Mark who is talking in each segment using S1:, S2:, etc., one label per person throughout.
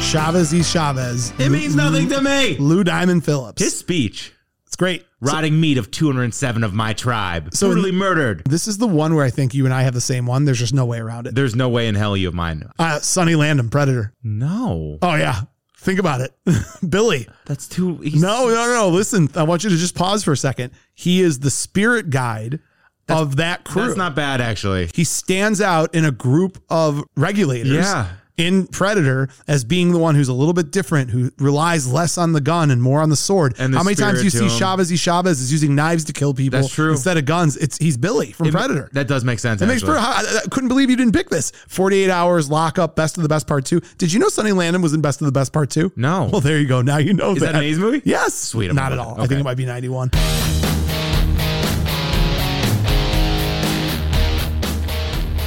S1: Chavez E. Chavez.
S2: It means nothing to me.
S1: Lou Diamond Phillips.
S2: His speech,
S1: it's great.
S2: rotting meat of 207 of my tribe,
S1: So-
S2: brutally murdered.
S1: This is the one where I think you and I have the same one. There's just no way around it.
S2: There's no way in hell you have mine.
S1: Uh, Sonny Landham, Predator.
S2: No,
S1: Oh, yeah. Think about it. Billy.
S2: that's too. He's,
S1: No, no, no. Listen, I want you to just pause for a second. He is the spirit guide of that crew.
S2: that's not bad actually.
S1: he stands out in a group of regulators
S2: Yeah.
S1: in Predator as being the one who's a little bit different, who relies less on the gun and more on the sword.
S2: And the
S1: How many times do you
S2: spirit
S1: see
S2: to him.
S1: Chavez E. Chavez is using knives to kill people
S2: That's true.
S1: instead of guns? It's he's Billy from
S2: It-
S1: Predator.
S2: That does make sense.
S1: It makes
S2: actually.
S1: per- I, I- I couldn't believe you didn't pick this. 48 hours, lock up, best of the best part two. Did you know Sonny Landham was in Best of the Best Part Two?
S2: No.
S1: Well, there you go. Now you know
S2: Is that an 80s movie?
S1: Yes.
S2: Sweet, I'm
S1: Not at
S2: glad.
S1: all. I
S2: Okay.
S1: think it might be 91.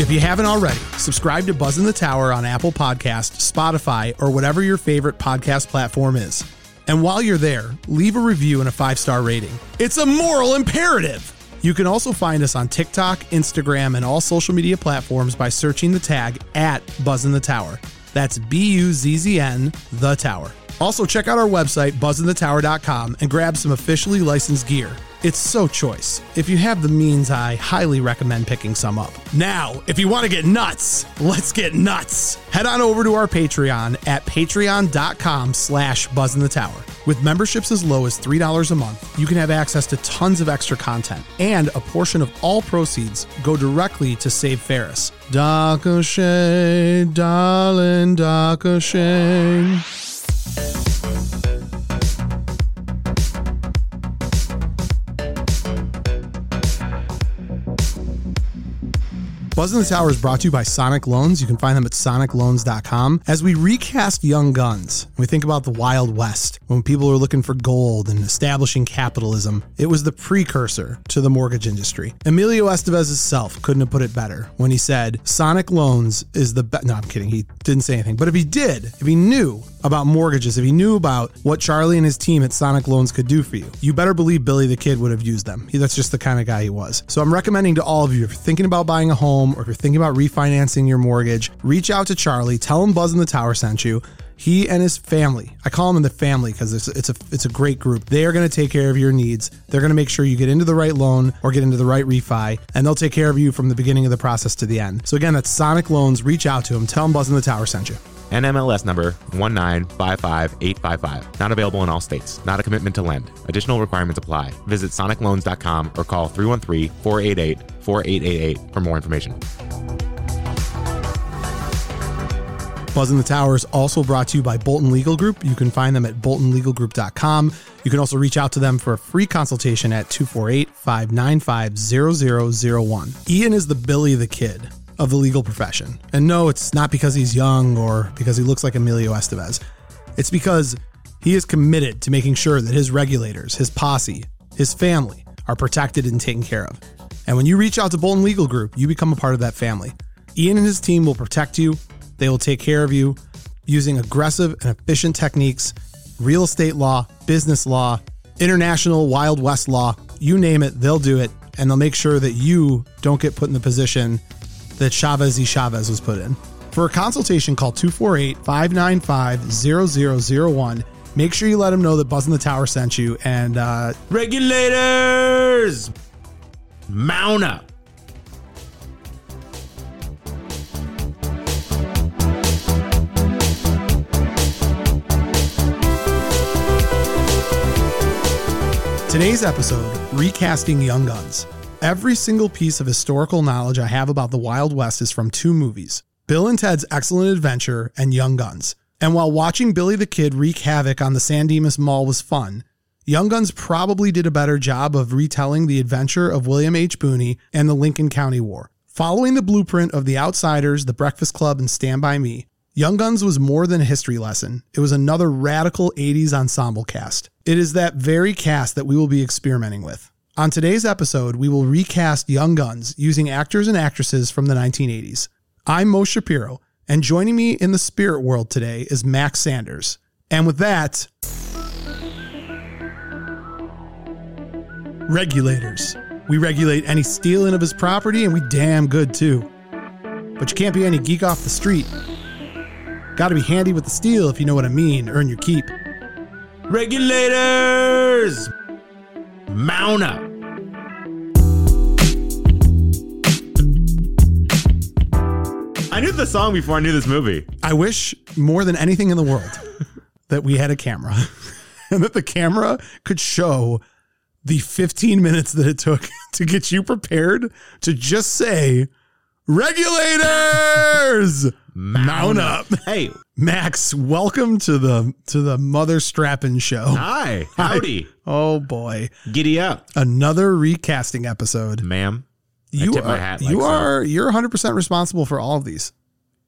S1: If you haven't already, subscribe to Buzz in the Tower on Apple Podcast, Spotify, or whatever your favorite podcast platform is. And while you're there, leave a review and a five-star rating. It's a moral imperative. You can also find us on TikTok, Instagram, and all social media platforms by searching the tag at Buzz in the Tower. That's B-U-Z-Z-N, The Tower. Also, check out our website, buzzinthetower.com, and grab some officially licensed gear. It's so choice. If you have the means, I highly recommend picking some up. Now, if you want to get nuts, let's get nuts. Head on over to our Patreon at patreon.com slash buzzinthetower. With memberships as low as $3 a month, you can have access to tons of extra content, and a portion of all proceeds go directly to Save Ferris. Doc O'Shea, darling Doc O'Shea. Buzz in the Tower is brought to you by Sonic Loans. You can find them at sonicloans.com. As we recast Young Guns, we think about the Wild West, when people were looking for gold and establishing capitalism. It was the precursor to the mortgage industry. Emilio Estevez's self couldn't have put it better when he said, Sonic Loans is the best. No, I'm kidding. He didn't say anything. But if he did, if he knew about mortgages, if he knew about what Charlie and his team at Sonic Loans could do for you, you better believe Billy the Kid would have used them. He- That's just the kind of guy he was. So I'm recommending to all of you if you're thinking about buying a home or if you're thinking about refinancing your mortgage, reach out to Charlie, tell him Buzz in the Tower sent you. He and his family, I call them the family because it's, it's a it's a great group. They are going to take care of your needs. They're going to make sure you get into the right loan or get into the right refi, and they'll take care of you from the beginning of the process to the end. So again, that's Sonic Loans. Reach out to him. Tell him Buzz in the Tower sent you.
S2: NMLS number 1955855. Not available in all states. Not a commitment to lend. Additional requirements apply. Visit sonicloans.com or call 313-488-4888 for more information.
S1: Buzz in the Tower is also brought to you by Bolton Legal Group. You can find them at boltonlegalgroup.com. You can also reach out to them for a free consultation at 248-595-0001. Ian is the Billy the Kid of the legal profession. And no, it's not because he's young or because he looks like Emilio Estevez. It's because he is committed to making sure that his regulators, his posse, his family are protected and taken care of. And when you reach out to Bolton Legal Group, you become a part of that family. Ian and his team will protect you, they will take care of you using aggressive and efficient techniques, real estate law, business law, international Wild West law, you name it, they'll do it. And they'll make sure that you don't get put in the position that Chavez y Chavez was put in. For a consultation, call 248 595 0001. Make sure you let them know that Buzz in the Tower sent you. And uh,
S2: Regulators! Mount up.
S1: today's episode, Recasting Young Guns. Every single piece of historical knowledge I have about the Wild West is from two movies Bill and Ted's Excellent Adventure and Young Guns. And while watching Billy the Kid wreak havoc on the San Dimas Mall was fun, Young Guns probably did a better job of retelling the adventure of William H. Booney and the Lincoln County War. Following the blueprint of The Outsiders, The Breakfast Club, and Stand By Me, Young Guns was more than a history lesson. It was another radical 80s ensemble cast. It is that very cast that we will be experimenting with. On today's episode, we will recast Young Guns using actors and actresses from the 1980s. I'm Mo Shapiro, and joining me in the spirit world today is Max Sanders. And with that, regulators. We regulate any stealing of his property, and we damn good too. But you can't be any geek off the street. Gotta be handy with the steel if you know what I mean. Earn your keep.
S2: Regulators! Mount up! I knew the song before I knew this movie.
S1: I wish more than anything in the world that we had a camera and that the camera could show the 15 minutes that it took to get you prepared to just say, Regulators! Mount up.
S2: Hey,
S1: Max, welcome to the to the mother strapping show.
S2: hi, howdy,
S1: Oh boy.
S2: giddy up,
S1: Another recasting episode.
S2: ma'am.
S1: You
S2: tip
S1: are
S2: my hat like
S1: you
S2: so.
S1: are you're 100% responsible for all of these.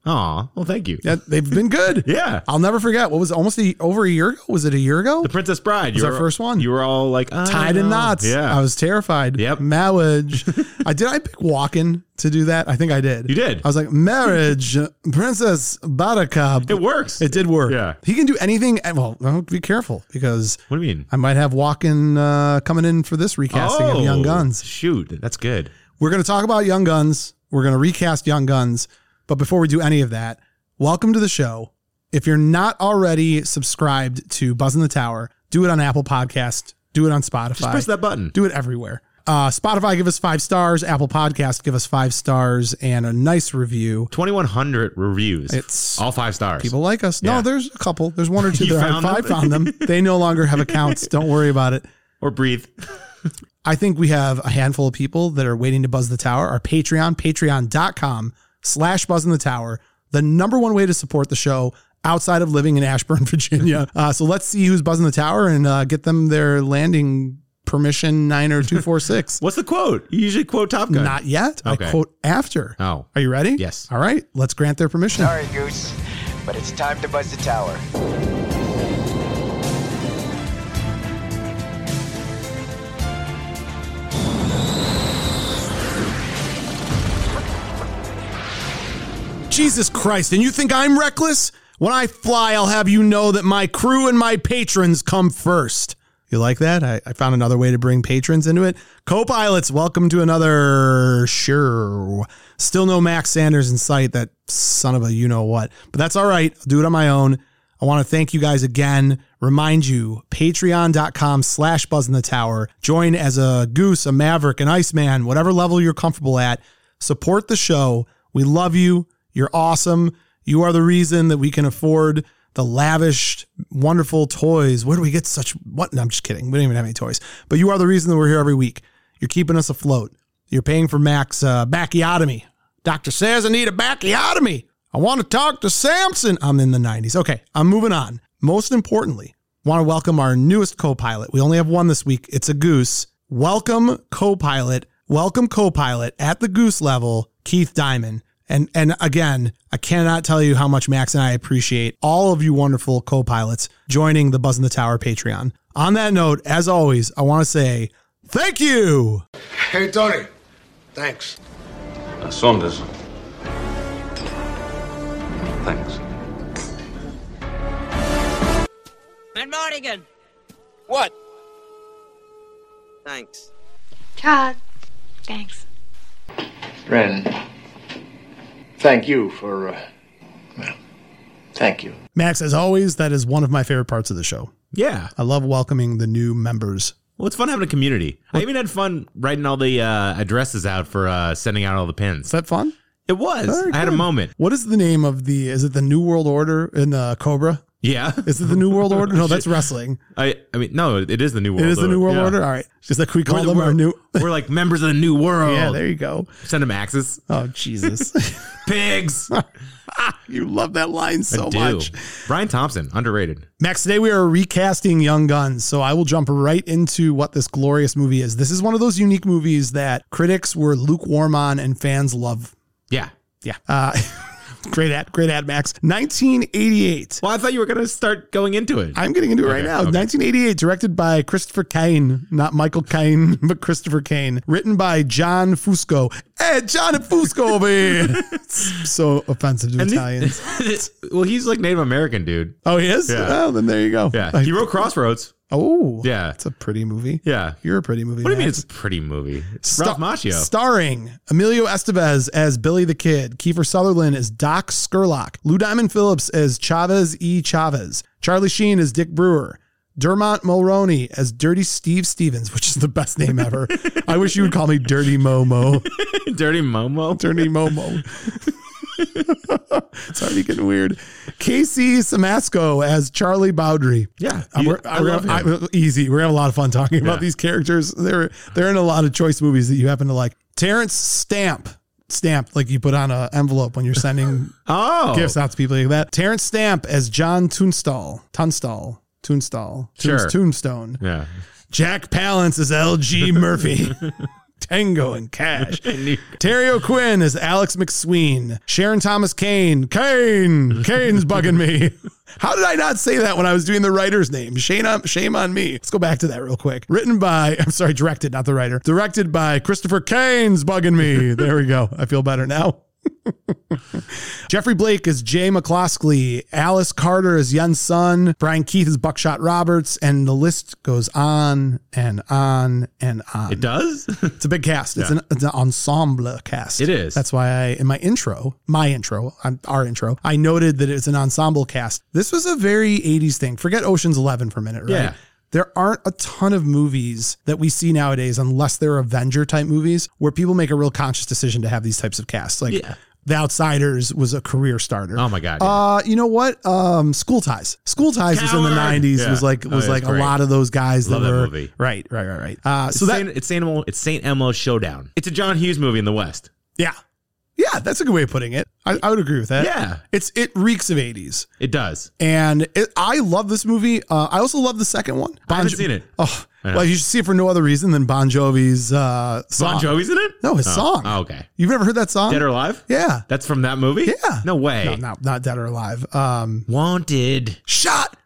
S2: Aw, well, thank you.
S1: Yeah, they've been good.
S2: Yeah.
S1: I'll never forget. What was it, almost a, over a year ago? Was it a year ago?
S2: The Princess Bride.
S1: Was
S2: you
S1: our
S2: were-
S1: first one.
S2: You were all like I
S1: Tied in
S2: know.
S1: knots.
S2: Yeah,
S1: I was terrified.
S2: Yep.
S1: Marriage. I did. I pick walking to do that. I think I did.
S2: You did.
S1: I was like marriage, Princess Buttercup.
S2: it works.
S1: It did work.
S2: Yeah.
S1: He can do anything. and- Well, oh, be careful because
S2: What do you mean?
S1: I might have walking uh, coming in for this recasting
S2: Oh.
S1: of Young Guns.
S2: Shoot, that's good.
S1: We're going to talk about Young Guns. We're going to recast Young Guns. But before we do any of that, welcome to the show. If you're not already subscribed to Buzz in the Tower, do it on Apple Podcast, do it on Spotify.
S2: Just press that button.
S1: Do it everywhere. Uh, Spotify, give us five stars. Apple Podcast, give us five stars and a nice review.
S2: 2,100 reviews.
S1: It's-
S2: all five stars.
S1: People like us. No,
S2: Yeah.
S1: there's a couple. There's one or two
S2: You
S1: that
S2: found
S1: I, I
S2: them?
S1: found them. They no longer have accounts. Don't worry about it.
S2: or breathe.
S1: I think we have a handful of people that are waiting to buzz the tower. Our Patreon, patreon.com slash buzz in the tower, the number one way to support the show outside of living in Ashburn, Virginia. Uh, so let's see who's buzzing the tower and uh, get them their landing permission nine oh or 246.
S2: What's the quote? You usually quote Top Gun.
S1: Not yet. I
S2: Okay.
S1: quote after.
S2: Oh.
S1: Are you ready?
S2: Yes.
S1: All right, let's grant their permission.
S3: Sorry, Goose, but it's time to buzz the tower.
S1: Jesus Christ, and you think I'm reckless? When I fly, I'll have you know that my crew and my patrons come first. You like that? I, I found another way to bring patrons into it. Co pilots, welcome to another show. Still no Max Sanders in sight, that son of a you know what. But that's all right. I'll do it on my own. I want to thank you guys again. Remind you, patreon.com slash buzz in the tower. Join as a goose, a maverick, an iceman, whatever level you're comfortable at. Support the show. We love you. You're awesome. You are the reason that we can afford the lavish, wonderful toys. Where do we get such what? No, I'm just kidding. We don't even have any toys. But you are the reason that we're here every week. You're keeping us afloat. You're paying for Mac's uh, bacchiotomy. Doctor says I need a bacchiotomy. I want to talk to Samson. I'm in the 90s. Okay, I'm moving on. Most importantly, want to welcome our newest co pilot. We only have one this week. It's a goose. Welcome, co pilot. Welcome, co pilot at the goose level, Keith Diamond. And, and again, I cannot tell you how much Max and I appreciate all of you wonderful co pilots joining the Buzz in the Tower Patreon. On that note, as always, I want to say thank you.
S4: Hey, Tony. Thanks.
S5: Uh, Saunders. Thanks.
S6: Matt Mardigan.
S3: What?
S6: Thanks.
S7: Todd. Thanks.
S4: Ren, thank you for. Uh, well, thank you.
S1: Max, as always, that is one of my favorite parts of the show.
S2: Yeah.
S1: I love welcoming the new members.
S2: Well, it's fun having a community. I even had fun writing all the uh, addresses out for uh, sending out all the pins.
S1: Is that fun?
S2: It was.
S1: Very
S2: I had a
S1: good.
S2: moment.
S1: What is the name of the? Is it the New World Order in the Cobra?
S2: Yeah.
S1: Is it the New World Order? No, that's wrestling.
S2: I, I mean, no, it is the New World
S1: It
S2: Order.
S1: is the New World
S2: Yeah.
S1: Order. All right, just like we
S2: We're,
S1: call them
S2: we're-
S1: our new.
S2: we're like members of the New World.
S1: Yeah, there you go.
S2: Send them axes.
S1: Oh Jesus,
S2: Pigs.
S1: you love that line so
S2: I do.
S1: much.
S2: Brian Thompson, underrated.
S1: Max, today we are recasting Young Guns, so I will jump right into what this glorious movie is. This is one of those unique movies that critics were lukewarm on and fans love.
S2: Yeah.
S1: Yeah. Uh, great ad, great ad, Max. 1988.
S2: Well, I thought you were going to start going into it.
S1: I'm getting into it right
S2: Okay,
S1: now.
S2: okay.
S1: 1988, directed by Christopher Kane, not Michael Kane, but Christopher Kane. Written by John Fusco. Hey, John Fusco over here. It's so offensive to
S2: And the-
S1: Italians.
S2: well, he's like Native American, dude.
S1: oh, he is?
S2: Yeah.
S1: Oh, then there you go.
S2: Yeah.
S1: I-
S2: He wrote Crossroads.
S1: oh,
S2: Yeah.
S1: It's a pretty movie.
S2: Yeah.
S1: You're a pretty movie.
S2: What do you mean
S1: man.
S2: it's a pretty movie?
S1: Star-
S2: Ralph Macchio.
S1: Starring Emilio Estevez as Billy the Kid, Kiefer Sutherland as Doc Skurlock, Lou Diamond Phillips as Chavez E. Chavez, Charlie Sheen as Dick Brewer, Dermot Mulroney as Dirty Steve Stevens, which is the best name ever. I wish you would call me Dirty Momo.
S2: Dirty Momo.
S1: Dirty Momo. it's already getting weird. Casey Samasco as Charlie Bowdry.
S2: Yeah.
S1: Um,
S2: You-
S1: we're,
S2: I
S1: we're-
S2: love him.
S1: I- easy. We're having a lot of fun talking about
S2: Yeah.
S1: these characters. They're they're in a lot of choice movies that you happen to like. Terrence Stamp, Stamp, like you put on an envelope when you're sending
S2: Oh.
S1: gifts out to people like that. Terrence Stamp as John Tunstall, Tunstall, Tunstall, Tombs-
S2: Sure.
S1: Tombstone.
S2: Yeah.
S1: Jack Palance is L.G. Murphy. Tango and Cash. Terry O'Quinn is Alex McSween. Sharon Thomas Kane. Kane. Kane's bugging me. How did I not say that when I was doing the writer's name? Shame on, shame on me. Let's go back to that real quick. Written by, I'm sorry, directed, not the writer. Directed by Christopher Kane's bugging me. There we go. I feel better now. Jeffrey Blake is Jay McCloskey. Alice Carter is Yen's son. Brian Keith is Buckshot Roberts. And the list goes on and on and on.
S2: It does?
S1: It's a big cast. It's,
S2: Yeah.
S1: an, it's an ensemble cast.
S2: It is.
S1: That's why I, in my intro, my intro, um, our intro, I noted that it's an ensemble cast. This was a very 80s thing. Forget Ocean's 11 for a minute, right?
S2: Yeah.
S1: There aren't a ton of movies that we see nowadays, unless they're Avenger type movies, where people make a real conscious decision to have these types of casts. Like
S2: Yeah.
S1: The Outsiders was a career starter.
S2: oh, my God.
S1: Uh, you know what? Um, School Ties. School Ties was in
S2: Coward!
S1: the '90s.
S2: Yeah.
S1: Was like
S2: Oh,
S1: was
S2: yeah,
S1: like
S2: it's
S1: a
S2: great.
S1: lot of those guys
S2: Love
S1: that
S2: that
S1: were
S2: movie.
S1: right, right, right, right. Uh, so
S2: it's
S1: that
S2: Saint, it's Saint Elmo, it's Saint Elmo's Showdown. It's a John Hughes movie in the West.
S1: Yeah. Yeah, that's a good way of putting it. I, I would agree with that.
S2: Yeah.
S1: It's it reeks of 80s.
S2: It does.
S1: And it, I love this movie. Uh, I also love the second one.
S2: I haven't
S1: Jo-
S2: seen it.
S1: Oh,
S2: Yeah.
S1: well, you should see it for no other reason than Bon Jovi's uh, song.
S2: Bon Jovi's in it?
S1: No, his
S2: Oh.
S1: song.
S2: Oh, okay.
S1: You've never heard that song?
S2: Dead or Alive?
S1: Yeah.
S2: That's from that movie?
S1: Yeah.
S2: No way.
S1: No, not, not Dead or Alive. Um,
S2: Wanted.
S1: shot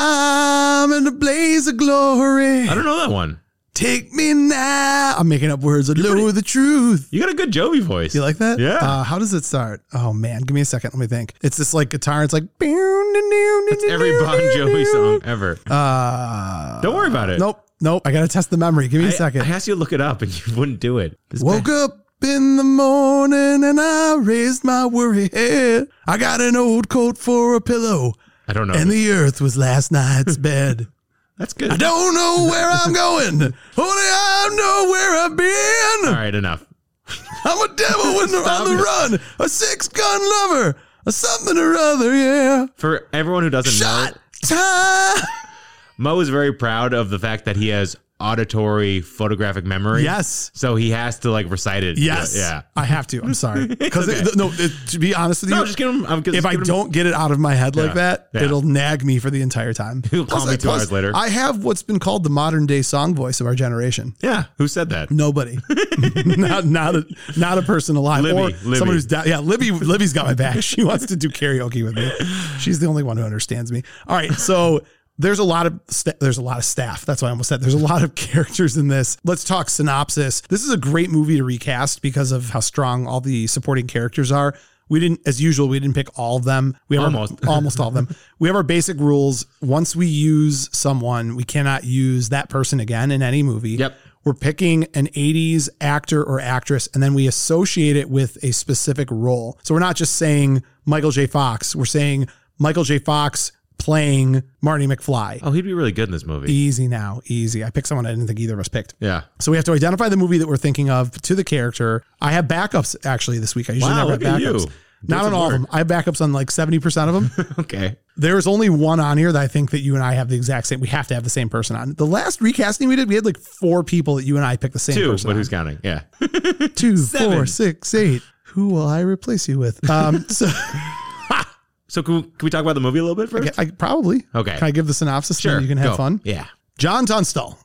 S1: time in a blaze of glory.
S2: I don't know that one.
S1: Take me now. I'm making up words. I know the truth.
S2: You got a good Jovi voice.
S1: Do you like that?
S2: Yeah.
S1: Uh, how does it start? Oh man, give me a second. Let me think. It's this like guitar. It's like. That's
S2: It's every Bon Jovi song ever.
S1: Uh,
S2: Don't worry about it.
S1: Nope. Nope. I gotta test the memory. Give me
S2: I,
S1: a second.
S2: I asked you to look it up and you wouldn't do it. This
S1: Woke
S2: guy-
S1: up in the morning and I raised my worry head. I got an old coat for a pillow,
S2: I don't know.
S1: and the earth was last night's bed.
S2: That's good.
S1: I don't know where I'm going. Only I know where I've been.
S2: All right, enough.
S1: I'm a devil when they're on the
S2: it.
S1: run. A six gun lover. A something or other, yeah.
S2: For everyone who doesn't know,
S1: time.
S2: Mo is very proud of the fact that he has auditory photographic memory.
S1: Yes.
S2: So he has to like recite it.
S1: Yes.
S2: Yeah.
S1: I have to. I'm sorry. Because
S2: okay.
S1: no, it- to be honest with you,
S2: No, just give him. I'm just
S1: if I
S2: giving him-
S1: don't get it out of my head like
S2: Yeah.
S1: that,
S2: Yeah.
S1: it'll nag me for the entire time.
S2: He'll call me
S1: I-
S2: two hours later.
S1: I have what's been called the modern day song voice of our generation.
S2: Yeah. Who said that?
S1: Nobody, not not a not a person alive
S2: Libby,
S1: or
S2: Libby.
S1: someone who's di- yeah. Libby Libby's got my back. She wants to do karaoke with me. She's the only one who understands me. All right, so there's a lot of st- there's a lot of staff. That's why I almost said there's a lot of characters in this. Let's talk synopsis. This is a great movie to recast because of how strong all the supporting characters are. We didn't, as usual, we didn't pick all of them. We have our-
S2: Almost.
S1: almost all of them. We have our basic rules. Once we use someone, we cannot use that person again in any movie.
S2: Yep.
S1: We're picking an 80s actor or actress, and then we associate it with a specific role. So we're not just saying Michael J. Fox. We're saying Michael J. Fox playing Marty McFly.
S2: Oh, he'd be really good in this movie.
S1: Easy now, easy. I picked someone I didn't think either of us picked.
S2: Yeah.
S1: So we have to identify the movie that we're thinking of to the character. I have backups actually this week. I usually
S2: Wow,
S1: never have
S2: look at you.
S1: backups. Not
S2: That's
S1: on
S2: a
S1: all of
S2: word.
S1: them. I have backups on like 70% of them.
S2: Okay.
S1: There's only one on here that I think that you and I have the exact same. We have to have the same person on. The last recasting we did, we had like four people that you and I picked the same
S2: Two,
S1: person.
S2: but
S1: on.
S2: who's counting? Yeah.
S1: Two, four,
S2: Seven.
S1: six, eight. Who will I replace you with? Um, so
S2: So can we, can we talk about the movie a little bit first?
S1: I, probably
S2: Okay.
S1: Can I give the synopsis? Then
S2: Sure.
S1: you can have
S2: go.
S1: fun.
S2: Yeah.
S1: John Tunstall,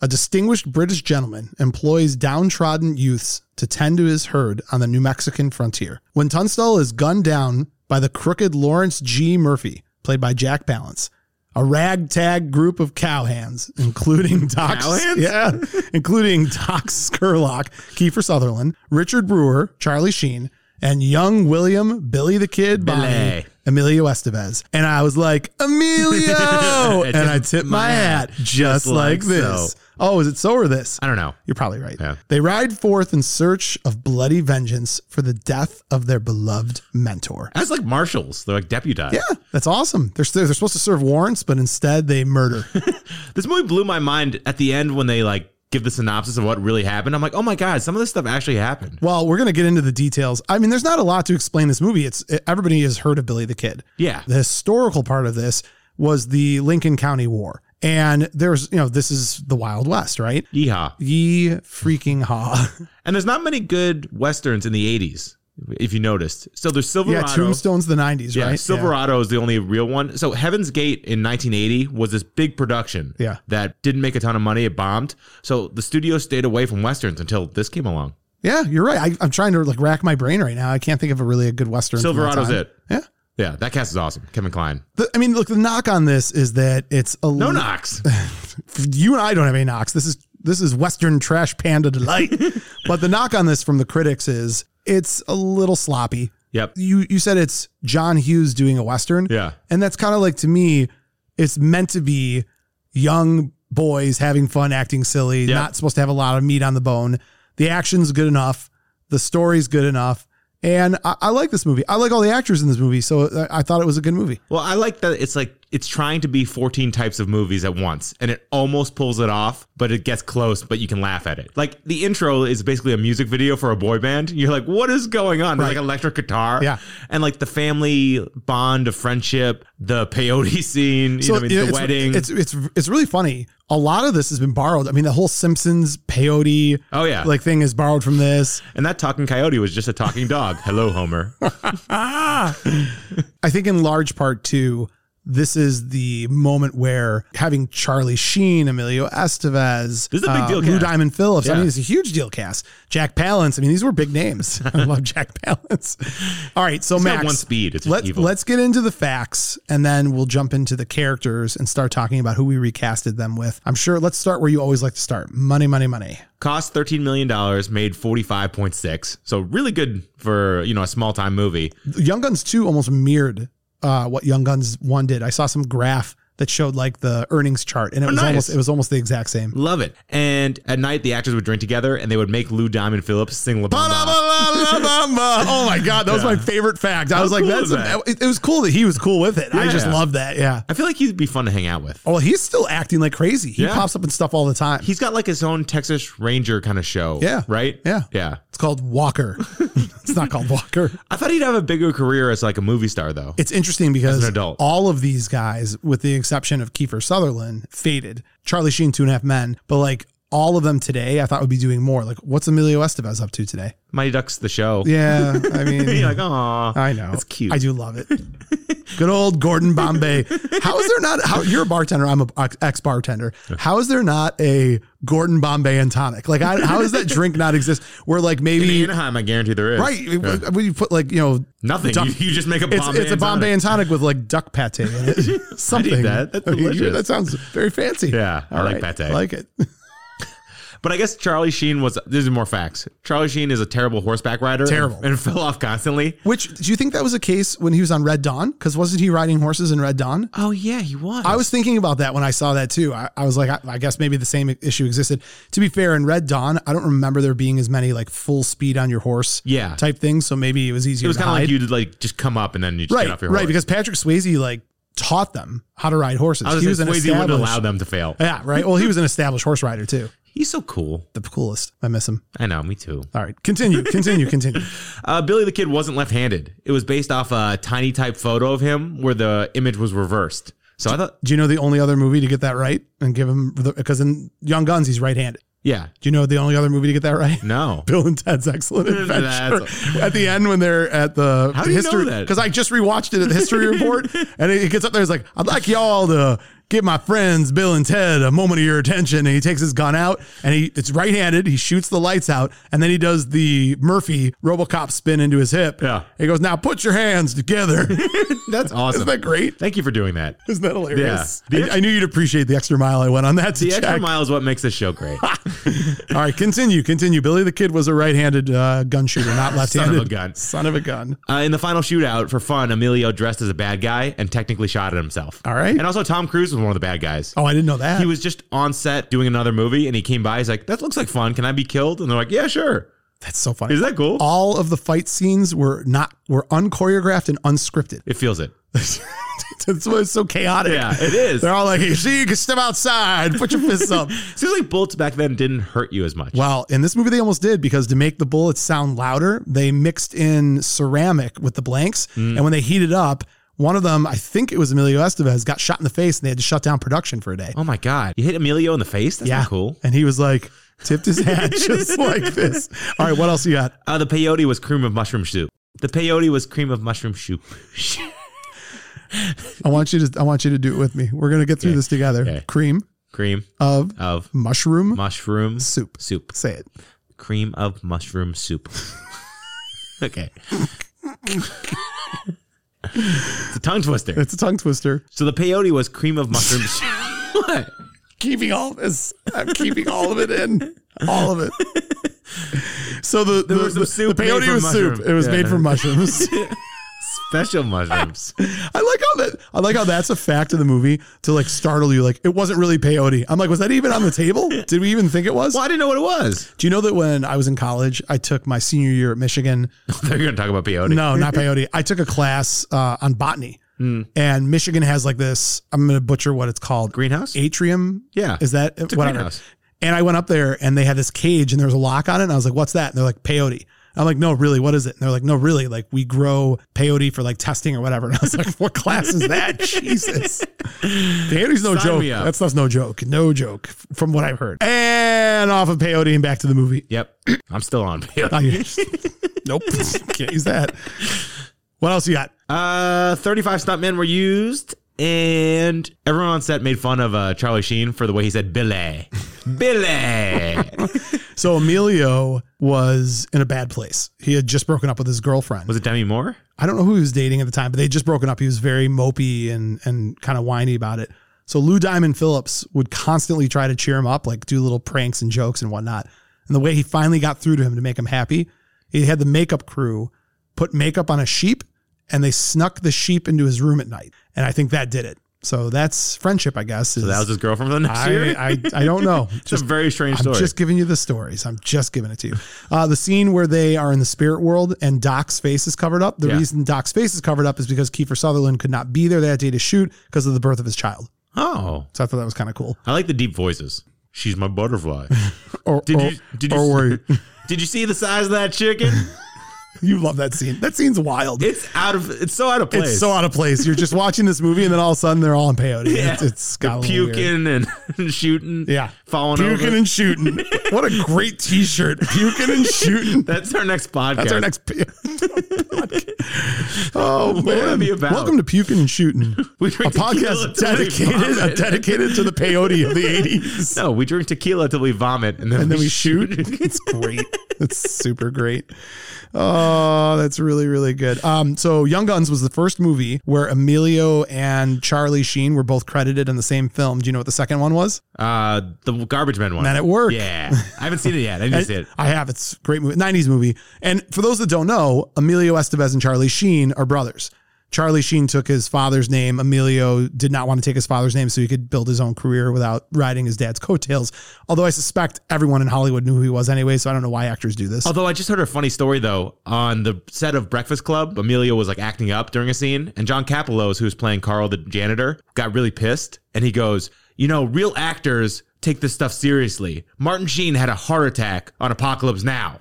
S1: a distinguished British gentleman, employs downtrodden youths to tend to his herd on the New Mexican frontier. When Tunstall is gunned down by the crooked Lawrence G. Murphy, played by Jack Palance, a ragtag group of cowhands, including Doc,
S2: Cowhands?
S1: yeah, including Doc Skurlock, Kiefer Sutherland, Richard Brewer, Charlie Sheen, and young William Billy the Kid by
S2: Billy.
S1: Emilio Estevez. And I was like, Emilio,
S2: I
S1: and I
S2: tipped
S1: tipped my
S2: my
S1: hat
S2: hat
S1: just like
S2: like
S1: this.
S2: so.
S1: Oh, is it so or this?
S2: I don't know.
S1: You're probably right.
S2: Yeah.
S1: They ride forth in search of bloody vengeance for the death of their beloved mentor.
S2: That's like marshals. They're like deputized.
S1: Yeah, that's awesome. They're, they're supposed to serve warrants, but instead they murder.
S2: This movie blew my mind at the end when they like give the synopsis of what really happened. I'm like, oh my god, some of this stuff actually happened.
S1: Well, we're going to get into the details. I mean, there's not a lot to explain this movie. It's everybody has heard of Billy the Kid.
S2: Yeah.
S1: The historical part of this was the Lincoln County War. And there's, you know, this is the Wild West, right?
S2: Yeehaw.
S1: Ye freaking ha.
S2: And there's not many good westerns in the 80s, if you noticed. So there's
S1: yeah,
S2: Silverado.
S1: Tombstone's the 90s,
S2: Yeah,
S1: right?
S2: Silverado is the only real one. So Heaven's Gate in 1980 was this big production.
S1: Yeah.
S2: That didn't make a ton of money. It bombed. So the studio stayed away from westerns until this came along.
S1: Yeah, Yeah, you're right. I, I'm trying to like rack my brain right now. I can't think of a really a good Western. from that
S2: Silverado's
S1: time.
S2: it.
S1: Yeah.
S2: Yeah, that cast is awesome. Kevin Klein.
S1: The- I mean, look, the knock on this is that it's a
S2: No
S1: li-
S2: knocks.
S1: you and I don't have any knocks. This is this is Western trash panda delight. but the knock on this from the critics is it's a little sloppy.
S2: Yep.
S1: You you said it's John Hughes doing a western.
S2: Yeah.
S1: And that's kind of like to me, it's meant to be young boys having fun, acting silly,
S2: Yeah.
S1: not supposed to have a lot of meat on the bone. The action's good enough, the story's good enough. And I, I like this movie. I like all the actors in this movie, so I, I thought it was a good movie.
S2: Well, I like that it's like it's trying to be 14 types of movies at once and it almost pulls it off, but it gets close, but you can laugh at it. Like the intro is basically a music video for a boy band. You're like, what is going on? There's
S1: Right.
S2: Like electric guitar.
S1: Yeah.
S2: And like the family bond of friendship, the peyote scene, you know, what I mean? the
S1: it's,
S2: wedding.
S1: It's it's it's really funny. A lot of this has been borrowed. I mean, the whole Simpsons peyote
S2: Oh, yeah.
S1: like thing is borrowed from this.
S2: and that talking coyote was just a talking dog. Hello, Homer.
S1: I think in large part too, this is the moment where having Charlie Sheen, Emilio Estevez, uh,
S2: This is a big deal
S1: Lou
S2: cast.
S1: Diamond Phillips. I
S2: Yeah.
S1: mean, it's a huge deal cast. Jack Palance. I mean, these were big names. I love Jack Palance. All right, so
S2: He's got
S1: Max,
S2: one speed. It's just
S1: let's
S2: evil.
S1: let's get into the facts, and then we'll jump into the characters and start talking about who we recasted them with. I'm sure. Let's start where you always like to start. Money, money, money.
S2: Cost $13 million, made 45.6. So really good for, you know, a small time movie.
S1: Young Guns 2 almost mirrored uh, what Young Guns 1 did. I saw some graph that showed like the earnings chart and it was
S2: nice.
S1: almost it was almost the exact same.
S2: Love it. And at night, the actors would drink together, and they would make Lou Diamond Phillips sing La Bamba.
S1: oh my god, that was my favorite fact. I was like
S2: cool
S1: that's
S2: is
S1: a,
S2: that?
S1: it, it was cool that he was cool with it. I just
S2: Yeah.
S1: love that. Yeah.
S2: I feel like he'd be fun to hang out with.
S1: Oh, well, he's still acting like crazy. He
S2: Yeah.
S1: pops up in stuff all the time.
S2: He's got like his own Texas Ranger kind of show.
S1: Yeah.
S2: Right?
S1: Yeah.
S2: Yeah.
S1: it's called Walker. it's not called Walker.
S2: I thought he'd have a bigger career as like a movie star, though.
S1: It's interesting because
S2: As an adult.
S1: all of these guys, with the exception of Kiefer Sutherland, faded. Charlie Sheen, Two and a Half Men, but like all of them today, I thought would be doing more. Like, what's Emilio Estevez up to today?
S2: Mighty Ducks the show.
S1: Yeah, I mean,
S2: You're like, aw.
S1: I know
S2: It's cute.
S1: I do love it. Good old Gordon Bombay. How is there not? How you're a bartender? I'm a ex bartender. How is there not a Gordon Bombay and tonic? Like, I, how does that drink not exist? Where like
S2: In
S1: maybe
S2: Anaheim, I guarantee there is.
S1: right? When you put like you know
S2: Nothing.
S1: Duck-
S2: you, you just make a
S1: it's,
S2: Bombay.
S1: it's a Bombay and tonic with like duck pate in it. Something.
S2: that. That's
S1: Okay, you-
S2: delicious.
S1: that sounds very fancy.
S2: Yeah, I like pate.
S1: I like it.
S2: But I guess Charlie Sheen was. These are more facts. Charlie Sheen is a terrible horseback rider.
S1: Terrible.
S2: And, and fell off constantly.
S1: Which do you think that was a case when he was on Red Dawn? Because wasn't he riding horses in Red Dawn?
S2: Oh, yeah, he was.
S1: I was thinking about that when I saw that too. I, I was like, I, I guess maybe the same issue existed. To be fair, in Red Dawn, I don't remember there being as many like full speed on your horse,
S2: Yeah.
S1: type things. So maybe it was easier.
S2: It was
S1: to
S2: kind of
S1: hide.
S2: like you'd like just come up and then you just
S1: right,
S2: get off your
S1: right,
S2: horse.
S1: because Patrick Swayze like taught them how to ride horses.
S2: I was,
S1: he was an
S2: Swayze
S1: established.
S2: wouldn't allow them to fail.
S1: Yeah, right. Well, he was an established horse rider too.
S2: He's so cool.
S1: The coolest. I miss him.
S2: I know, me too.
S1: All right, continue, continue, continue.
S2: Uh, Billy the Kid wasn't left-handed. It was based off a tiny type photo of him where the image was reversed. So I thought,
S1: Do you know the only other movie to get that right and give him the because in Young Guns he's right-handed.
S2: yeah,
S1: Do you know the only other movie to get that right?
S2: no.
S1: Bill and Ted's Excellent Adventure.
S2: That's-
S1: at the end, when they're at the
S2: How do
S1: the
S2: you
S1: history,
S2: know that?
S1: because I just rewatched it at the history report, and he gets up there. He's like, "I'd like y'all to give my friends Bill and Ted a moment of your attention." And he takes his gun out, and he it's right-handed. He shoots the lights out, and then he does the Murphy RoboCop spin into his hip.
S2: Yeah.
S1: he goes, "Now put your hands together."
S2: That's awesome.
S1: Isn't that great?
S2: Thank you for doing that.
S1: Isn't that hilarious?
S2: Yeah. The
S1: I, I knew you'd appreciate the extra mile I went on that to
S2: The
S1: check.
S2: extra mile is what makes this show great. Uh,
S1: All right, continue, continue. Billy the Kid was a right-handed uh, gun shooter, not left-handed.
S2: Son of a gun.
S1: Son of a gun.
S2: Uh, in the final shootout, for fun, Emilio dressed as a bad guy and technically shot at himself.
S1: All right.
S2: And also, Tom Cruise was one of the bad guys.
S1: Oh, I didn't know that.
S2: He was just on set doing another movie, and he came by. He's like, "That looks like fun. Can I be killed?" And they're like, "Yeah, sure."
S1: That's so funny.
S2: Is that cool?
S1: All of the fight scenes were not were unchoreographed and unscripted.
S2: It feels it.
S1: That's why it's so chaotic.
S2: Yeah, it is.
S1: They're all like, "Hey, "See, you can step outside, put your fists up."
S2: Seems like bullets back then didn't hurt you as much.
S1: Well, in this movie, they almost did because to make the bullets sound louder, they mixed in ceramic with the blanks,
S2: Hmm.
S1: and when they heated up. One of them, I think it was Emilio Estevez, got shot in the face and they had to shut down production for a day.
S2: Oh my god, you hit Emilio in the face. That's not cool.
S1: And he was like, tipped his hat just like this. All right, what else you got?
S2: Uh, the peyote was cream of mushroom soup. The peyote was cream of mushroom soup.
S1: I want you to I want you to do it with me. We're gonna get through this together.
S2: Okay.
S1: Cream
S2: cream
S1: of
S2: of
S1: mushroom.
S2: mushroom
S1: Soup.
S2: Soup.
S1: Say it.
S2: Cream of mushroom soup. okay. it's a tongue twister.
S1: It's a tongue twister.
S2: So the peyote was cream of mushroom soup. what?
S1: Keeping all this. I'm keeping all of it in. All of it. So the the,
S2: was some
S1: the-
S2: soup
S1: the
S2: made
S1: peyote
S2: from
S1: was soup.
S2: mushroom.
S1: It was
S2: Yeah.
S1: made from mushrooms.
S2: Special mushrooms.
S1: I like how that I like how that's a fact of the movie to like startle you. Like it wasn't really peyote. I'm like, was that even on the table? Did we even think it was?
S2: well, I didn't know what it was.
S1: Do you know that when I was in college, I took my senior year at Michigan?
S2: They're going to talk about peyote.
S1: No, not peyote. I took a class uh, on botany,
S2: Hmm.
S1: and Michigan has like this. I'm going to butcher what it's called.
S2: Greenhouse?
S1: Atrium.
S2: Yeah.
S1: Is that
S2: It's a
S1: whatever?
S2: greenhouse.
S1: And I went up there, and they had this cage, and there was a lock on it. And I was like, "What's that?" And they're like, "Peyote." I'm like, "No, really? What is it?" And they're like, "No, really? Like we grow peyote for like testing or whatever." And I was like, "What class is that?" Jesus. Peyote's no
S2: Sign
S1: joke.
S2: me up.
S1: That stuff's no joke. No joke. From what I've heard. And off of peyote and back to the movie.
S2: Yep. I'm still on peyote.
S1: Oh, yeah. nope. Can't use that. What else you got?
S2: Uh, 35 stuntmen were used, and everyone on set made fun of uh, Charlie Sheen for the way he said Billy. Billy.
S1: So Emilio was in a bad place. He had just broken up with his girlfriend.
S2: was it Demi Moore?
S1: I don't know who he was dating at the time, but they had just broken up. He was very mopey and and kind of whiny about it. So Lou Diamond Phillips would constantly try to cheer him up, like do little pranks and jokes and whatnot. And the way he finally got through to him to make him happy, he had the makeup crew put makeup on a sheep and they snuck the sheep into his room at night. And I think that did it. So that's friendship, I guess.
S2: So that was his girlfriend for the next year?
S1: I, I, I don't know.
S2: It's a very strange story.
S1: I'm just giving you the stories. I'm just giving it to you. Uh, the scene where they are in the spirit world and Doc's face is covered up. The
S2: Yeah.
S1: reason Doc's face is covered up is because Kiefer Sutherland could not be there that day to shoot because of the birth of his child.
S2: oh.
S1: So I thought that was kind of cool.
S2: I like the deep voices. She's my butterfly.
S1: Or,
S2: Did
S1: or-
S2: you did you
S1: or were you,
S2: did you see the size of that chicken?
S1: you love that scene? That scene's wild.
S2: It's out of it's so out of place.
S1: It's so out of place. You're just watching this movie and then all of a sudden they're all in peyote.
S2: Yeah.
S1: It's, it's got a little weird.
S2: puking and, and shooting.
S1: Yeah.
S2: falling
S1: Puking
S2: over.
S1: and shooting. What a great t-shirt. Puking and shooting.
S2: That's our next podcast.
S1: That's our next. P- oh man!
S2: would it be about?
S1: Welcome to puking and shooting,
S2: We
S1: a
S2: drink tequila
S1: podcast
S2: till we
S1: dedicated
S2: vomit.
S1: dedicated to the peyote of the eighties.
S2: No, we drink tequila till we vomit, and then,
S1: And then
S2: we,
S1: we shoot. It's great. It's super great. Oh, that's really, really good. Um, so Young Guns was the first movie where Emilio and Charlie Sheen were both credited in the same film. Do you know what the second one was?
S2: Uh, the garbage man one.
S1: Man at Work.
S2: Yeah, I haven't seen it yet. I need to see it.
S1: I have. It's a great movie, 90s movie. And for those that don't know, Emilio Estevez and Charlie Sheen are brothers. Charlie Sheen took his father's name. Emilio did not want to take his father's name so he could build his own career without riding his dad's coattails. Although I suspect everyone in Hollywood knew who he was anyway, so I don't know why actors do this.
S2: Although I just heard a funny story though on the set of Breakfast Club, Emilio was like acting up during a scene, and John Capolos, who's playing Carl the janitor, got really pissed, and he goes, "You know, real actors take this stuff seriously. Martin Sheen had a heart attack on Apocalypse Now,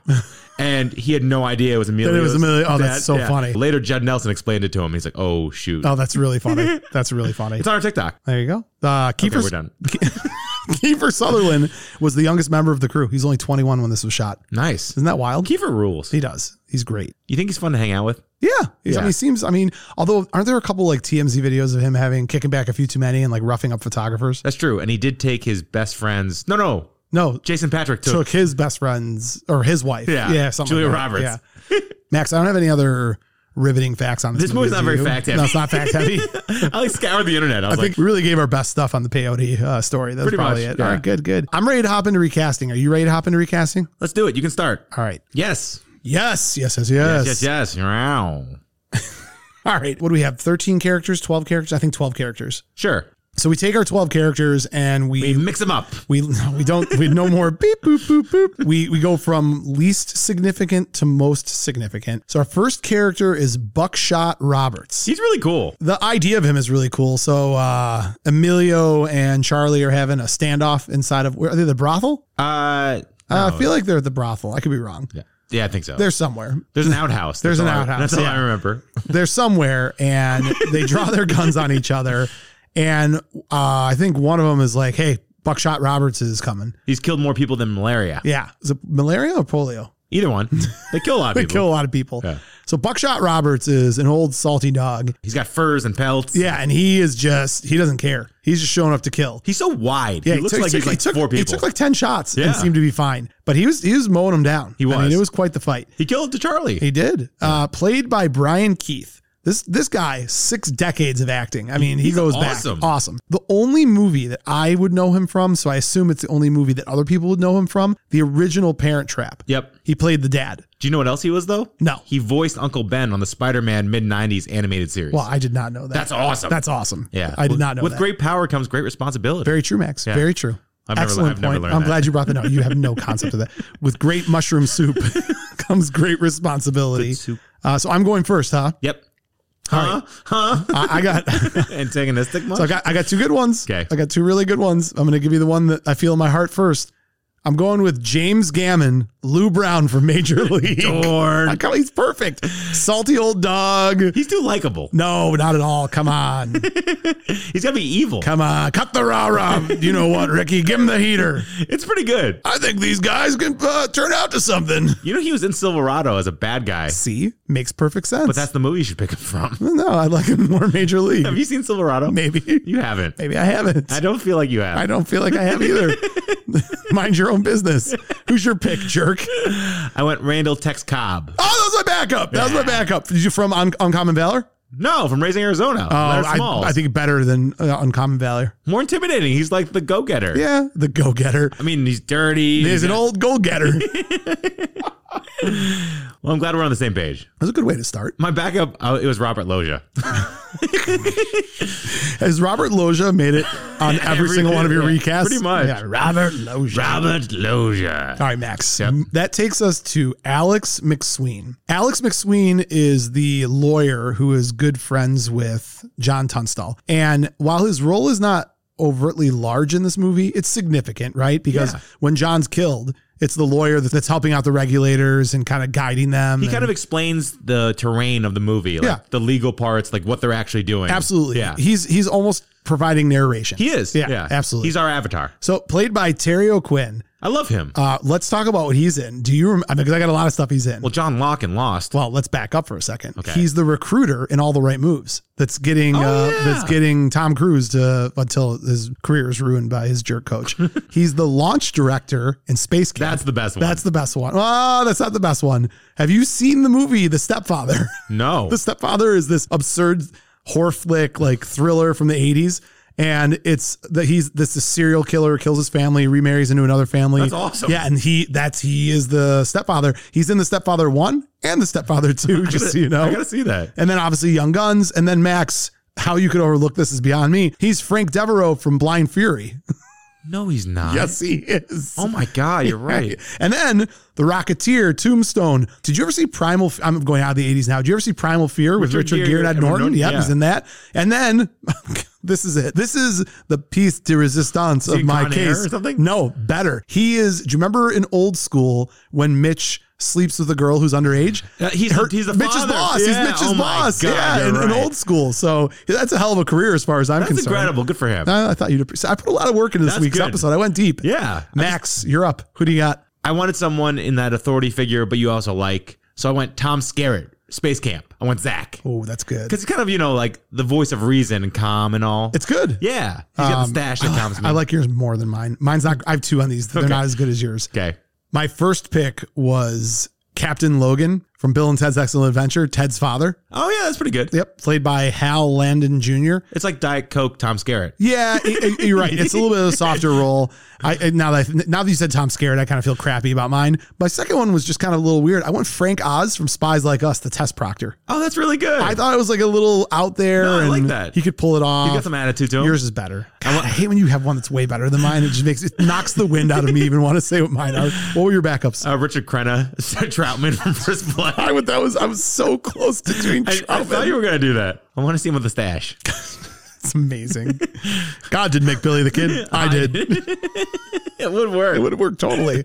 S2: and he had no idea it was Emilio.
S1: That it was Emilio- oh, that's so funny.
S2: Later, Judd Nelson explained it to him. He's like, "Oh shoot,
S1: Oh, that's really funny. That's really funny.
S2: it's on our TikTok."
S1: There you go. Uh,
S2: Okay,
S1: Kiefer,
S2: we're done.
S1: Kiefer Sutherland was the youngest member of the crew. He's only 21 when this was shot.
S2: Nice.
S1: Isn't that wild?
S2: Kiefer rules.
S1: He does. He's great.
S2: You think he's fun to hang out with?
S1: Yeah. He's- I
S2: Yeah.
S1: mean, he seems, I mean, although aren't there a couple like TMZ videos of him having kicking back a few too many and like roughing up photographers?
S2: That's true. And he did take his best friend's. No, no.
S1: No,
S2: Jason Patrick took.
S1: took his best friend's or his wife.
S2: Yeah.
S1: Yeah. Something
S2: Julia
S1: like that.
S2: Roberts.
S1: Yeah. Max, I don't have any other riveting facts on this.
S2: This
S1: movie,
S2: movie's not
S1: do
S2: very
S1: you?
S2: fact
S1: No, it's not fact
S2: heavy.
S1: heavy.
S2: I like scoured the internet. I
S1: I
S2: was
S1: think
S2: like,
S1: we really gave our best stuff on the peyote uh, story. That's
S2: Pretty
S1: probably
S2: much,
S1: it. All
S2: yeah.
S1: right, good, good. I'm ready to hop into recasting. Are you ready to hop into recasting?
S2: let's do it. You can start.
S1: All right.
S2: Yes.
S1: Yes, yes, yes, yes.
S2: Yes, yes. Wow.
S1: All right. What do we have? 13 characters, 12 characters? I think 12 characters.
S2: Sure.
S1: So we take our 12 characters and
S2: We
S1: we
S2: mix them up.
S1: we no, we don't we no more beep boop boop boop. We we go from least significant to most significant. So our first character is Buckshot Roberts.
S2: He's really cool.
S1: The idea of him is really cool. So uh Emilio and Charlie are having a standoff inside of where are they the brothel?
S2: Uh,
S1: Uh, I feel like they're at the brothel. I could be wrong.
S2: yeah. Yeah, I think so.
S1: They're somewhere.
S2: There's an outhouse.
S1: There's
S2: That's
S1: an
S2: all I-
S1: outhouse,
S2: That's all
S1: yeah.
S2: I remember.
S1: they're somewhere and they draw their guns on each other. And uh, I think one of them is like, hey, Buckshot Roberts is coming.
S2: He's killed more people than malaria.
S1: Yeah. Is it malaria or polio?
S2: Either one. They kill a lot of
S1: They
S2: people.
S1: kill a lot of people.
S2: Yeah.
S1: So Buckshot Roberts is an old salty dog.
S2: He's got furs and pelts.
S1: Yeah. And he is just, he doesn't care. He's just showing up to kill.
S2: He's so wide.
S1: Yeah,
S2: he looks like he's like
S1: he took,
S2: four people.
S1: He took like 10 shots
S2: Yeah.
S1: and seemed to be fine. But he was, he was mowing them down.
S2: He
S1: I mean,
S2: was.
S1: it was quite the fight.
S2: he killed to Charlie.
S1: He did. Uh, played by Brian Keith. This this guy, six decades of acting. I mean, he
S2: He's
S1: goes
S2: awesome.
S1: back. Awesome. The only movie that I would know him from, so I assume it's the only movie that other people would know him from, the original Parent Trap.
S2: yep.
S1: He played the dad.
S2: Do you know what else he was though?
S1: No.
S2: He voiced Uncle Ben on the Spider-Man mid '90s animated series.
S1: Well, I did not know that.
S2: That's awesome.
S1: That's awesome.
S2: yeah.
S1: I did
S2: With-
S1: not know
S2: With
S1: that.
S2: great power comes great responsibility.
S1: Very true, Max.
S2: Yeah.
S1: Very true.
S2: I've never-
S1: Excellent
S2: I've never
S1: point.
S2: learned
S1: I'm
S2: that.
S1: glad you brought that up. You have no concept of that. With great mushroom soup comes great responsibility.
S2: Good soup.
S1: Uh, so I'm going first, huh?
S2: yep. Huh? Huh?
S1: I, I got
S2: Antagonistic.
S1: So I got I got two good ones.
S2: Okay.
S1: I got two really good ones. I'm gonna give you the one that I feel in my heart first. I'm going with James Gammon, Lou Brown for Major League.
S2: Dorn.
S1: Come on, he's perfect. Salty old dog.
S2: He's too likable.
S1: No, not at all. Come on.
S2: He's gotta be evil.
S1: Come on. Cut the rah rah. You know what, Ricky? Give him the heater.
S2: It's pretty good.
S1: I think these guys can uh, turn out to something.
S2: You know he was in Silverado as a bad guy,
S1: See? Makes perfect sense.
S2: but that's the movie you should pick him from.
S1: no, I like him more Major League.
S2: Have you seen Silverado?
S1: Maybe.
S2: You haven't.
S1: Maybe I haven't.
S2: I don't feel like you have.
S1: I don't feel like I have either. Mind your own business. Who's your pick, jerk?
S2: I went Randall Tex Cobb.
S1: Oh, that was my backup. That was my
S2: Yeah.
S1: backup. Did you from Un- Uncommon Valor?
S2: No, from Raising Arizona.
S1: Oh,
S2: Larry
S1: I,
S2: Smalls.
S1: I think better than uh, Uncommon Valor.
S2: more intimidating. He's like the go-getter.
S1: Yeah, the go getter.
S2: I mean, he's dirty.
S1: He's an old goal getter. That
S2: Well, I'm glad we're on the same page.
S1: was a good way to start.
S2: My backup, uh, it was Robert Loggia.
S1: Has Robert Loja made it on every,
S2: Every-
S1: single one of your
S2: yeah,
S1: recasts?
S2: pretty much.
S1: Yeah, Robert Loja.
S2: Robert Loggia.
S1: All right, Max.
S2: Yep.
S1: That takes us to Alex McSween. Alex McSween is the lawyer who is good friends with John Tunstall. And while his role is not overtly large in this movie, it's significant, right? Because
S2: Yeah.
S1: when John's killed, it's the lawyer that- that's helping out the regulators and kind of guiding them.
S2: He
S1: and-
S2: kind of explains the terrain of the movie, like
S1: Yeah.
S2: the legal parts, like what they're actually doing.
S1: absolutely.
S2: Yeah. He,
S1: He's he's almost providing narration.
S2: is.
S1: Yeah,
S2: Yeah,
S1: absolutely.
S2: He's our avatar.
S1: so played by Terry O'Quinn.
S2: I love him.
S1: Uh, let's talk about what he's in. Do you remember? I mean, 'cause I got a lot of stuff he's in.
S2: well, John Locke and Lost.
S1: well, let's back up for a second.
S2: Okay. Oh,
S1: He's the recruiter in all the right moves. That's getting uh,
S2: yeah.
S1: that's getting Tom Cruise to until his career is ruined by his jerk coach. He's the launch director in Space Camp.
S2: That's the best one.
S1: That's the best one. Oh, that's not the best one. Have you seen the movie The Stepfather?
S2: no.
S1: the Stepfather is this absurd horror flick like thriller from the 80s. And it's that he's this is serial killer kills his family, remarries into another family.
S2: That's awesome.
S1: Yeah, and he that's he is the stepfather. He's in the stepfather one and the stepfather two, just so you know.
S2: I gotta see that.
S1: And then obviously Young Guns, and then Max. How you could overlook this is beyond me. He's Frank Devereaux from Blind Fury.
S2: No, he's not.
S1: Yes, he is.
S2: Oh my God, you're right.
S1: And then The Rocketeer, Tombstone. Did you ever see Primal? F- I'm going out of the 80s now. Did you ever see Primal Fear with
S2: Richard
S1: Richard Gere and Ed Norton?
S2: Norton,
S1: Yep,
S2: yeah.
S1: he's in that. And then This is it. This is the piece de resistance
S2: he
S1: of my
S2: Con Air
S1: case.
S2: or something?
S1: No, better. He is. Do you remember in old school when Mitch sleeps with a girl who's underage?
S2: Uh, he's the- he's the
S1: Mitch's
S2: father.
S1: boss.
S2: Yeah.
S1: He's Mitch's
S2: Oh my
S1: boss.
S2: God,
S1: yeah,
S2: you're
S1: in, in
S2: right.
S1: old school. So yeah, that's a hell of a career as far as I'm Uh,
S2: That's
S1: concerned.
S2: incredible. Good for him.
S1: I, I thought you'd. appre- so I put a lot of work into this
S2: That's
S1: week's
S2: good.
S1: episode. I went deep.
S2: Yeah.
S1: Max, you're up. Who do you got?
S2: I wanted someone in that authority figure, but you also like. So I went Tom Skerritt, Space Camp. I went Zach.
S1: Oh, that's good.
S2: Because it's kind of, you know, like the voice of reason and calm and all.
S1: It's good.
S2: Yeah. He's got the stash that Tom's
S1: I like yours more than mine. Mine's not. I have two on these. They're
S2: Okay.
S1: not as good as yours.
S2: Okay.
S1: My first pick was Captain Logan from Bill and Ted's Excellent Adventure. Ted's father.
S2: Oh, yeah, that's pretty good.
S1: Yep, played by Hal Landon Jr.
S2: It's like Diet Coke, Tom Skerritt.
S1: Yeah, y- y- you're right. It's a little bit of a softer role. I and now that I- now that you said Tom Skerritt, I kind of feel crappy about mine. My second one was just kind of a little weird. I went Frank Oz from Spies Like Us, the test proctor.
S2: Oh, that's really good.
S1: I thought it was like a little out there.
S2: No, I
S1: and
S2: like that.
S1: He could pull it off.
S2: you got some attitude to him.
S1: Yours is better. God, I hate when you have one that's way better than mine. It just makes it knocks the wind out of me. Even want to say what mine are. What were your backups?
S2: uh, Richard Crenna, Troutman from First Blood.
S1: I would, that was I was so close to doing.
S2: I, I thought you were going to do that. I want to see him with a stash.
S1: It's amazing. God did make Billy the Kid. I did.
S2: It would work.
S1: It would have worked totally.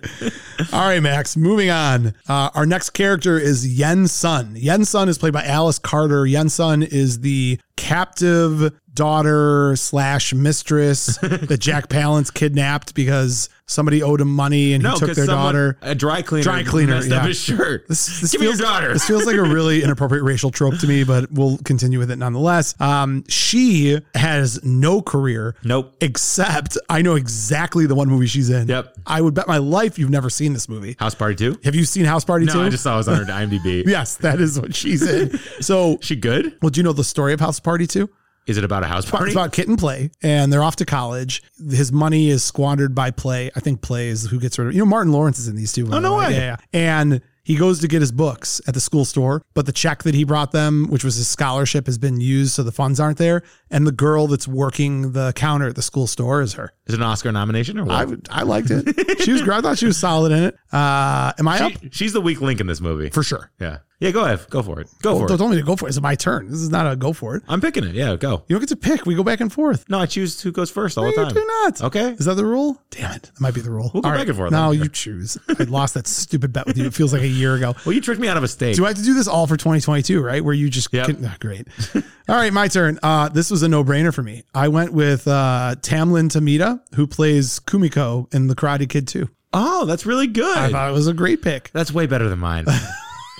S1: All right, Max. Moving on. Uh, our next character is Yen Sun. Yen Sun is played by Alice Carter. Yen Sun is the captive daughter slash mistress that Jack Palance kidnapped because somebody owed him money and he
S2: No,
S1: took
S2: because
S1: their
S2: someone-
S1: daughter.
S2: a dry cleaner,
S1: Dry cleaner,
S2: messed up
S1: yeah.
S2: his shirt.
S1: This, this
S2: Give
S1: feels,
S2: me your daughter.
S1: This feels like a really inappropriate racial trope to me, but we'll continue with it nonetheless. Um, she has no career.
S2: Nope.
S1: Except I know exactly the one movie she's in.
S2: Yep.
S1: I would bet my life you've never seen this movie.
S2: House Party Two.
S1: Have you seen House Party
S2: No,
S1: 2?
S2: I just saw it was on her IMDb.
S1: yes, that is what she's in. So,
S2: She good?
S1: well, do you know the story of House Party 2?
S2: Is it about a house
S1: It's
S2: party?
S1: about kitten play, and they're off to college. His money is squandered by play. I think play is who gets rid of. You know, Martin Lawrence is in these two. by
S2: Oh, no
S1: the
S2: way.
S1: Yeah, yeah. And he goes to get his books at the school store, but the check that he brought them, which was his scholarship, has been used, so the funds aren't there. And the girl that's working the counter at the school store is her.
S2: Is it an Oscar nomination or what?
S1: I would- I liked it. she was great. I thought she was solid in it. Uh, am I up?
S2: She- she's the weak link in this movie.
S1: For sure.
S2: yeah. Yeah, go ahead. Go for it. Go
S1: Well,
S2: for
S1: don't
S2: it.
S1: tell me to go for it. It's my turn. This is not a go for it.
S2: I'm picking it. Yeah, go.
S1: You don't get to pick. We go back and forth.
S2: No, I choose who goes first all
S1: No,
S2: the
S1: you
S2: time.
S1: do not.
S2: Okay.
S1: Is that the rule? Damn it. That might be the rule.
S2: We'll go
S1: All
S2: back and forth
S1: No,
S2: later.
S1: you choose. I lost that stupid bet with you. It feels like a year ago.
S2: Well, you tricked me out of a steak.
S1: Do I have to do this all for 2022, right? Where you just
S2: Yep.
S1: can, ah, great. All right, my turn. Uh, this was a no-brainer for me. I went with uh, Tamlin Tamita, who plays Kumiko in The Karate Kid 2.
S2: oh, that's really good.
S1: I thought it was a great pick.
S2: that's way better than mine.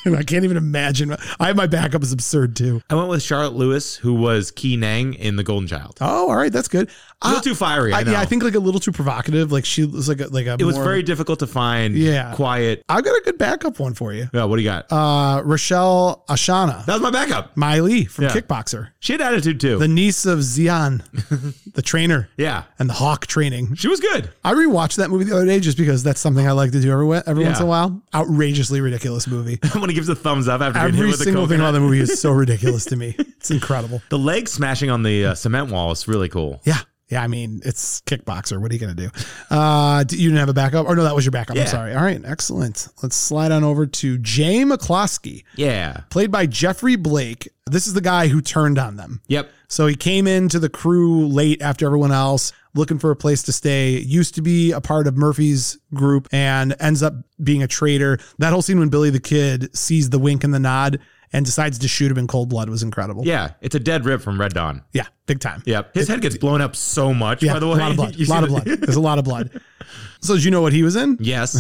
S1: And I can't even imagine. I have my backup is absurd too.
S2: I went with Charlotte Lewis, who was Key Nang in The Golden Child.
S1: Oh, all right, that's good.
S2: A little
S1: Uh,
S2: too fiery. I,
S1: I-
S2: know.
S1: yeah, I think like a little too provocative. Like she was like a, like a.
S2: it was
S1: more-
S2: very difficult to find.
S1: Yeah.
S2: Quiet.
S1: I've got a good backup one for you.
S2: Yeah. What do you got?
S1: Uh, Rochelle Ashana,
S2: that was my backup.
S1: Miley from
S2: Yeah.
S1: Kickboxer,
S2: She had attitude too.
S1: the niece of Zion, the trainer,
S2: yeah.
S1: and the hawk training.
S2: She was good.
S1: I rewatched that movie the other day just because that's something I like to do every every once
S2: Yeah.
S1: in a while. Outrageously ridiculous movie.
S2: when he gives a thumbs up after getting hit
S1: Every
S2: with a
S1: single thing
S2: coconut.
S1: about the movie is so ridiculous to me. It's incredible.
S2: The leg smashing on the uh, cement wall is really cool.
S1: Yeah. Yeah, I mean, it's kickboxer. What are you going to do? Uh, d- you didn't have a backup? Or no, that was your backup.
S2: Yeah.
S1: I'm sorry. All right, excellent. Let's slide on over to Jay McCloskey,
S2: Yeah.
S1: played by Jeffrey Blake. This is the guy who turned on them.
S2: Yep.
S1: So he came into the crew late after everyone else, looking for a place to stay. Used to be a part of Murphy's group and ends up being a traitor. That whole scene when Billy the Kid sees the wink and the nod and decides to shoot him in cold blood was incredible.
S2: Yeah. It's a dead rib from Red Dawn.
S1: Yeah, big time.
S2: Yep. His head gets blown up so much,
S1: Yeah,
S2: by the way.
S1: a lot of blood.
S2: You
S1: A
S2: see
S1: lot of
S2: the-
S1: blood. There's a lot of blood. So, did you know what he was in?
S2: yes.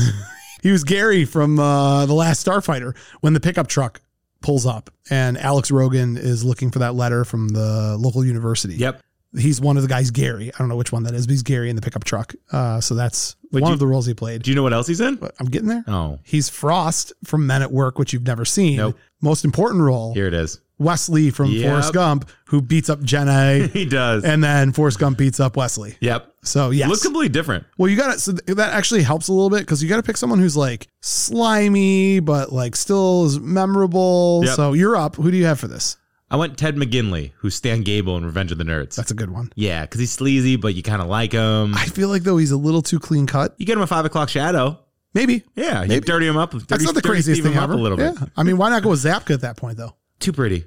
S1: He was Gary from uh, The Last Starfighter when the pickup truck pulls up and Alex Rogan is looking for that letter from the local university.
S2: Yep.
S1: He's one of the guys, Gary. I don't know which one that is, but he's Gary in the pickup truck. Uh, so, that's
S2: Would
S1: one
S2: you-
S1: of the roles he played.
S2: Do you know what else he's in?
S1: But I'm getting there.
S2: Oh,
S1: He's Frost from Men at Work, which you've never seen.
S2: Nope.
S1: Most important role,
S2: here it is.
S1: Wesley from
S2: Yep.
S1: Forrest Gump, who beats up Jenna,
S2: He does.
S1: and then Forrest Gump beats up Wesley.
S2: yep.
S1: So, yes.
S2: Looks completely different.
S1: Well, you got to, so th- that actually helps a little bit because you got to pick someone who's like slimy, but like still is memorable.
S2: Yep.
S1: So you're up. Who do you have for this?
S2: I went Ted McGinley, who's Stan Gable in Revenge of the Nerds.
S1: That's a good one.
S2: yeah, because he's sleazy, but you kind of like him.
S1: I feel like though he's a little too clean cut.
S2: You get him a five o'clock shadow.
S1: Maybe.
S2: Yeah, you
S1: Maybe.
S2: dirty him up. Dirty,
S1: That's not the
S2: dirty
S1: craziest
S2: Steve him
S1: thing
S2: up
S1: ever.
S2: A little
S1: yeah.
S2: bit.
S1: I mean, why not go with Zapka at that point though?
S2: Too pretty.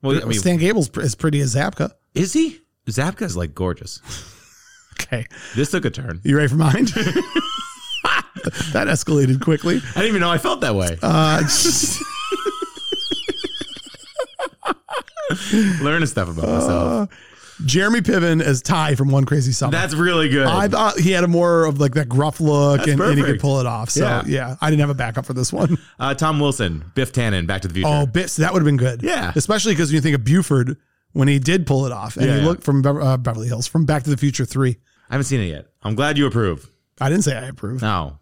S2: Well, I mean,
S1: Stan Gable's pr- as pretty as Zapka.
S2: is he? Zapka's like gorgeous.
S1: Okay.
S2: This took a turn.
S1: You ready for mine? that escalated quickly.
S2: I didn't even know I felt that way.
S1: Uh,
S2: Learning stuff about
S1: Uh,
S2: myself.
S1: Jeremy Piven as Ty from One Crazy Summer.
S2: That's really good.
S1: I thought he had a more of like that gruff look and, and he could
S2: perfect.
S1: pull it off. So yeah.
S2: Yeah.
S1: I didn't have a backup for this one.
S2: Uh, Tom Wilson, Biff Tannen, Back to the Future.
S1: Oh, bits that would have been good.
S2: Yeah.
S1: especially because when you think of Buford when he did pull it off, and
S2: Yeah,
S1: you
S2: yeah.
S1: look from Bever- uh, Beverly Hills from Back to the Future Three.
S2: I haven't seen it yet. I'm glad you approve.
S1: I didn't say I approve.
S2: No.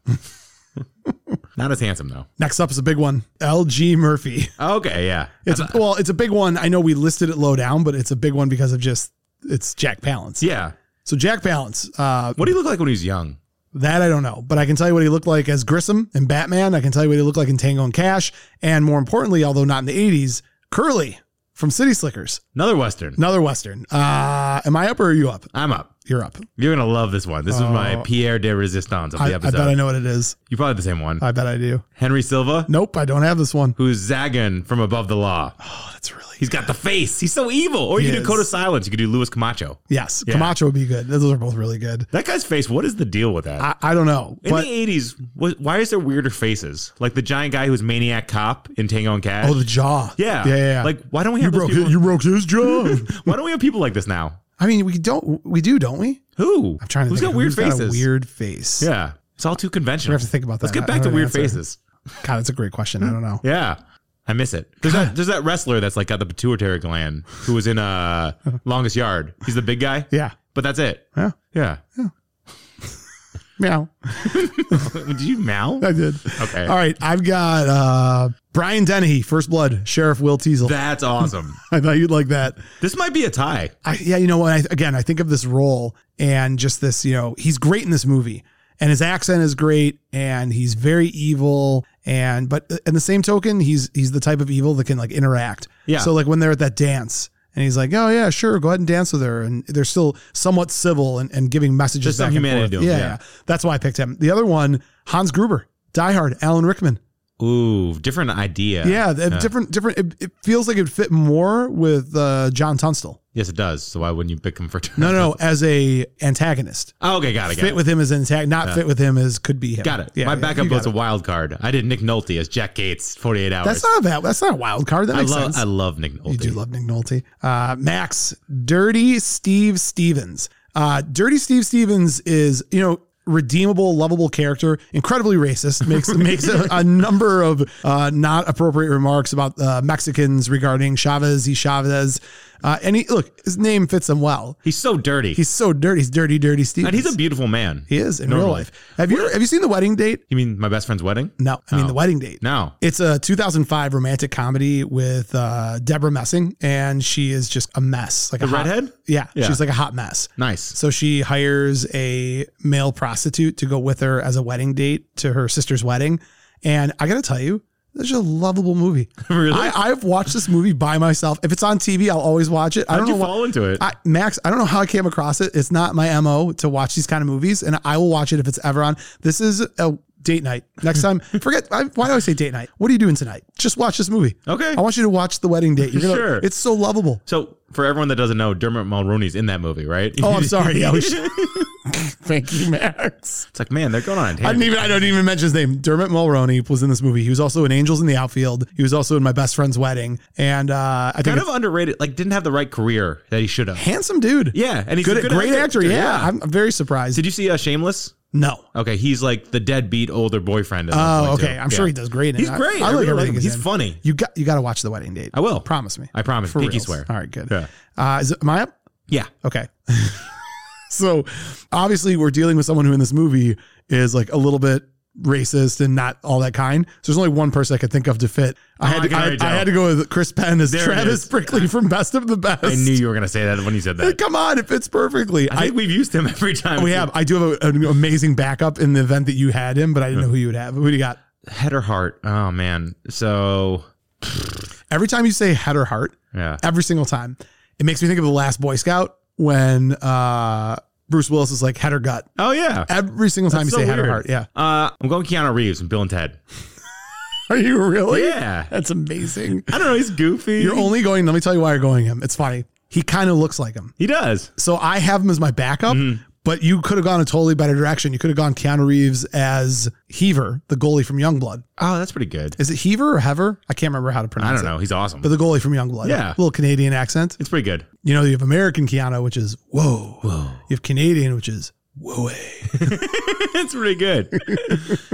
S2: Not as handsome, though.
S1: Next up is a big one, L.G. Murphy.
S2: Okay, yeah.
S1: It's a, well, it's a big one. I know we listed it low down, but it's a big one because of just it's Jack Palance.
S2: yeah.
S1: So Jack Palance, uh,
S2: What do you look like when he was young?
S1: That I don't know, but I can tell you what he looked like as Grissom in Batman. I can tell you what he looked like in Tango and Cash, and more importantly, although not in the '80s, Curly from City Slickers,
S2: Another Western.
S1: another Western. Uh, am I up or are you up?
S2: I'm up.
S1: You're up.
S2: You're going to love this one. This is my Pierre de Resistance of
S1: Oh. I,
S2: the
S1: I
S2: episode.
S1: bet I know Uh, what it is.
S2: You're probably the same one.
S1: I bet I do.
S2: Henry Silva,
S1: Nope, I don't have this one.
S2: who's Zagan from Above the Law.
S1: Oh, that's really
S2: He's got the face. He's so evil. Or you
S1: He
S2: can
S1: is.
S2: do Code of Silence. You could do Louis Camacho.
S1: yes.
S2: Yeah.
S1: Camacho would be good. Those are both really good.
S2: That guy's face, what is the deal with that?
S1: I, I don't know,
S2: in
S1: but
S2: the 80s, wh- why is there weirder faces? Like the giant guy who's Maniac Cop in Tango and Cash.
S1: oh, the jaw.
S2: yeah.
S1: yeah, yeah.
S2: Like, why don't we
S1: you
S2: have those
S1: broke
S2: people?
S1: you broke his jaw.
S2: Why don't we have people like this now?
S1: I mean, we don't. We do, don't we?
S2: Who?
S1: I'm trying to.
S2: Who's
S1: think
S2: got
S1: of
S2: weird
S1: who's got
S2: faces?
S1: a weird face.
S2: Yeah. It's all too conventional.
S1: We have to think about
S2: Let's
S1: that.
S2: get
S1: I
S2: back to
S1: don't
S2: weird
S1: answer.
S2: faces.
S1: God, that's a great question.
S2: Hmm.
S1: I don't know.
S2: Yeah. I miss it. There's that, there's that wrestler that's like got the pituitary gland who was in uh longest yard. He's the big guy.
S1: Yeah.
S2: But that's it.
S1: Yeah.
S2: Yeah.
S1: Meow.
S2: Did you mowl?
S1: I did.
S2: Okay.
S1: All right. I've got uh Brian Dennehy, First Blood, Sheriff Will Teasel.
S2: That's awesome.
S1: I thought you'd like that.
S2: this might be a tie.
S1: I, yeah, you know what? I, again, I think of this role and just this, you know, he's great in this movie and his accent is great and he's very evil. And, but in the same token, he's, he's the type of evil that can like interact.
S2: Yeah.
S1: So like when they're at that dance and he's like, oh yeah, sure. Go ahead and dance with her. And they're still somewhat civil and, and giving messages.
S2: There's some
S1: back and
S2: humanity
S1: forth.
S2: to
S1: Yeah,
S2: him, yeah.
S1: yeah. That's why I picked him. The other one, Hans Gruber, Die Hard, Alan Rickman.
S2: Ooh, different idea.
S1: Yeah. the- Different, different. It, it feels like it would fit more with uh, John Tunstall.
S2: Yes, it does. So why wouldn't you pick him for
S1: No, no, no. As a antagonist.
S2: Oh, okay, got it. Got
S1: fit
S2: it.
S1: with him as intact, not fit with him as could be him.
S2: got it.
S1: Yeah,
S2: My
S1: yeah,
S2: backup
S1: you got
S2: was a
S1: it.
S2: wild card. I did Nick Nolte as Jack Gates, 48 hours.
S1: That's not a bad. That's not a wild card. That
S2: I
S1: makes
S2: love
S1: sense.
S2: I love Nick Nolte.
S1: you do love Nick Nolte. Uh, Max, Dirty Steve Stevens. Uh, Dirty Steve Stevens is you know redeemable, lovable character, incredibly racist. Makes makes a, a number of uh, not appropriate remarks about uh, Mexicans regarding Chavez y Chavez. Uh, and he look, his name fits him well.
S2: He's so dirty.
S1: He's so dirty. He's dirty, dirty Steve.
S2: and he's a beautiful man.
S1: he is in real
S2: Normally.
S1: life. Have you have you seen the wedding date?
S2: You mean my best friend's wedding?
S1: No, I mean
S2: No.
S1: the wedding date.
S2: No.
S1: It's a 2005 romantic comedy with uh, Deborah Messing, and she is just a mess, like a
S2: The
S1: hot-
S2: redhead?
S1: Yeah,
S2: Yeah.
S1: she's like a hot mess.
S2: Nice.
S1: So she hires a male prostitute to go with her as a wedding date to her sister's wedding, and I gotta tell you, this is a lovable movie.
S2: Really?
S1: I, I've watched this movie by myself. If it's on TV, I'll always watch it. I
S2: How'd
S1: don't know
S2: you
S1: why-
S2: fall into it?
S1: I, Max, I don't know how I came across it. It's not my mo to watch these kind of movies, and I will watch it if it's ever on. This is a date night. Next time, forget I, why do I say date night? What are you doing tonight? Just watch this movie.
S2: Okay.
S1: I want you to watch the wedding date. You're gonna,
S2: Sure.
S1: It's so lovable.
S2: so for everyone that doesn't know, Dermot Mulroney's in that movie, right?
S1: Oh, I'm sorry. Yeah, we should- Thank you, Max.
S2: It's like, man, they're going on. a
S1: I didn't
S2: tangent.
S1: even I don't even mention his name. Dermot Mulroney was in this movie. He was also in Angels in the Outfield. He was also in My Best Friend's Wedding. And uh, I think
S2: kind
S1: it's-
S2: of underrated. Like, didn't have the right career that he should have.
S1: handsome dude.
S2: Yeah, and he's
S1: good,
S2: a good
S1: great actor.
S2: actor,
S1: Yeah.
S2: yeah.
S1: I'm I'm very surprised.
S2: Did you see uh, Shameless?
S1: no.
S2: Okay, he's like the deadbeat older boyfriend. at that
S1: Oh,
S2: point, too.
S1: okay. I'm sure
S2: Yeah.
S1: he does great. in it.
S2: He's great. I really like him. He's
S1: in.
S2: funny.
S1: You got you got to watch the wedding date.
S2: I will.
S1: Promise me.
S2: I promise.
S1: For
S2: Pinky
S1: reals.
S2: swear.
S1: All right. Good.
S2: Yeah.
S1: Uh, is it, am I up?
S2: Yeah.
S1: Okay. so obviously we're dealing with someone who in this movie is like a little bit racist and not all that kind. So there's only one person I could think of to fit. I
S2: Oh,
S1: had
S2: I
S1: to,
S2: can
S1: I,
S2: already
S1: I
S2: tell.
S1: had to go with Chris Penn as
S2: There it
S1: Travis
S2: is.
S1: Brickley from Best of the Best.
S2: I knew you were going to say that when you said that.
S1: Come on, it fits perfectly.
S2: I think we've used him every time.
S1: we have. I do have a, an amazing backup in the event that you had him, but I didn't know who you would have. Who do you got?
S2: Head or heart. Oh, man. So,
S1: Every time you say head or heart,
S2: yeah.
S1: every single time. It makes me think of the last Boy Scout when uh, Bruce Willis is like head or gut.
S2: Oh, yeah.
S1: Every single time
S2: That's
S1: you say
S2: so
S1: head or heart,
S2: weird.
S1: yeah.
S2: Uh, I'm going Keanu Reeves and Bill and Ted.
S1: Are you really?
S2: Yeah.
S1: that's amazing.
S2: I don't know. He's goofy.
S1: You're only going. Let me tell you why you're going him. It's funny. He kind of looks like him.
S2: He does.
S1: So I have him as my backup,
S2: Mm-hmm.
S1: but you could have gone a totally better direction. You could have gone Keanu Reeves as Heaver, the goalie from Youngblood.
S2: Oh, that's pretty good.
S1: Is it Heaver or Hever? I can't remember how to
S2: I
S1: pronounce
S2: don't
S1: it.
S2: know. He's awesome.
S1: But the goalie from Youngblood.
S2: Yeah.
S1: Little Canadian accent.
S2: It's pretty good.
S1: You know, you have American Keanu, which is whoa. Whoa. You have Canadian, which is whoa.
S2: it's pretty good.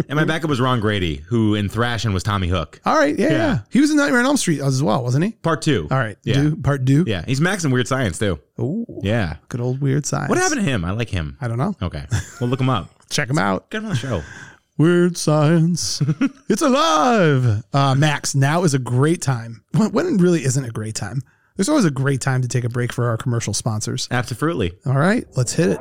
S2: and my backup was Ron Grady, who in Thrashing was Tommy Hook.
S1: All right. Yeah, yeah.
S2: Yeah.
S1: He was in Nightmare on Elm Street as well, wasn't he?
S2: Part two.
S1: All right.
S2: Yeah.
S1: Do, part do.
S2: Yeah. He's Max in Weird Science too.
S1: Ooh.
S2: Yeah.
S1: Good old weird science.
S2: What happened Oh. to him? I like him.
S1: I don't know.
S2: Okay. Well, look him up.
S1: Check him out.
S2: Get him on the show.
S1: Weird science. it's alive. Uh, Max, now is a great time. When, when really isn't a great time? There's always a great time to take a break for our commercial sponsors.
S2: Absolutely.
S1: All right, let's hit it.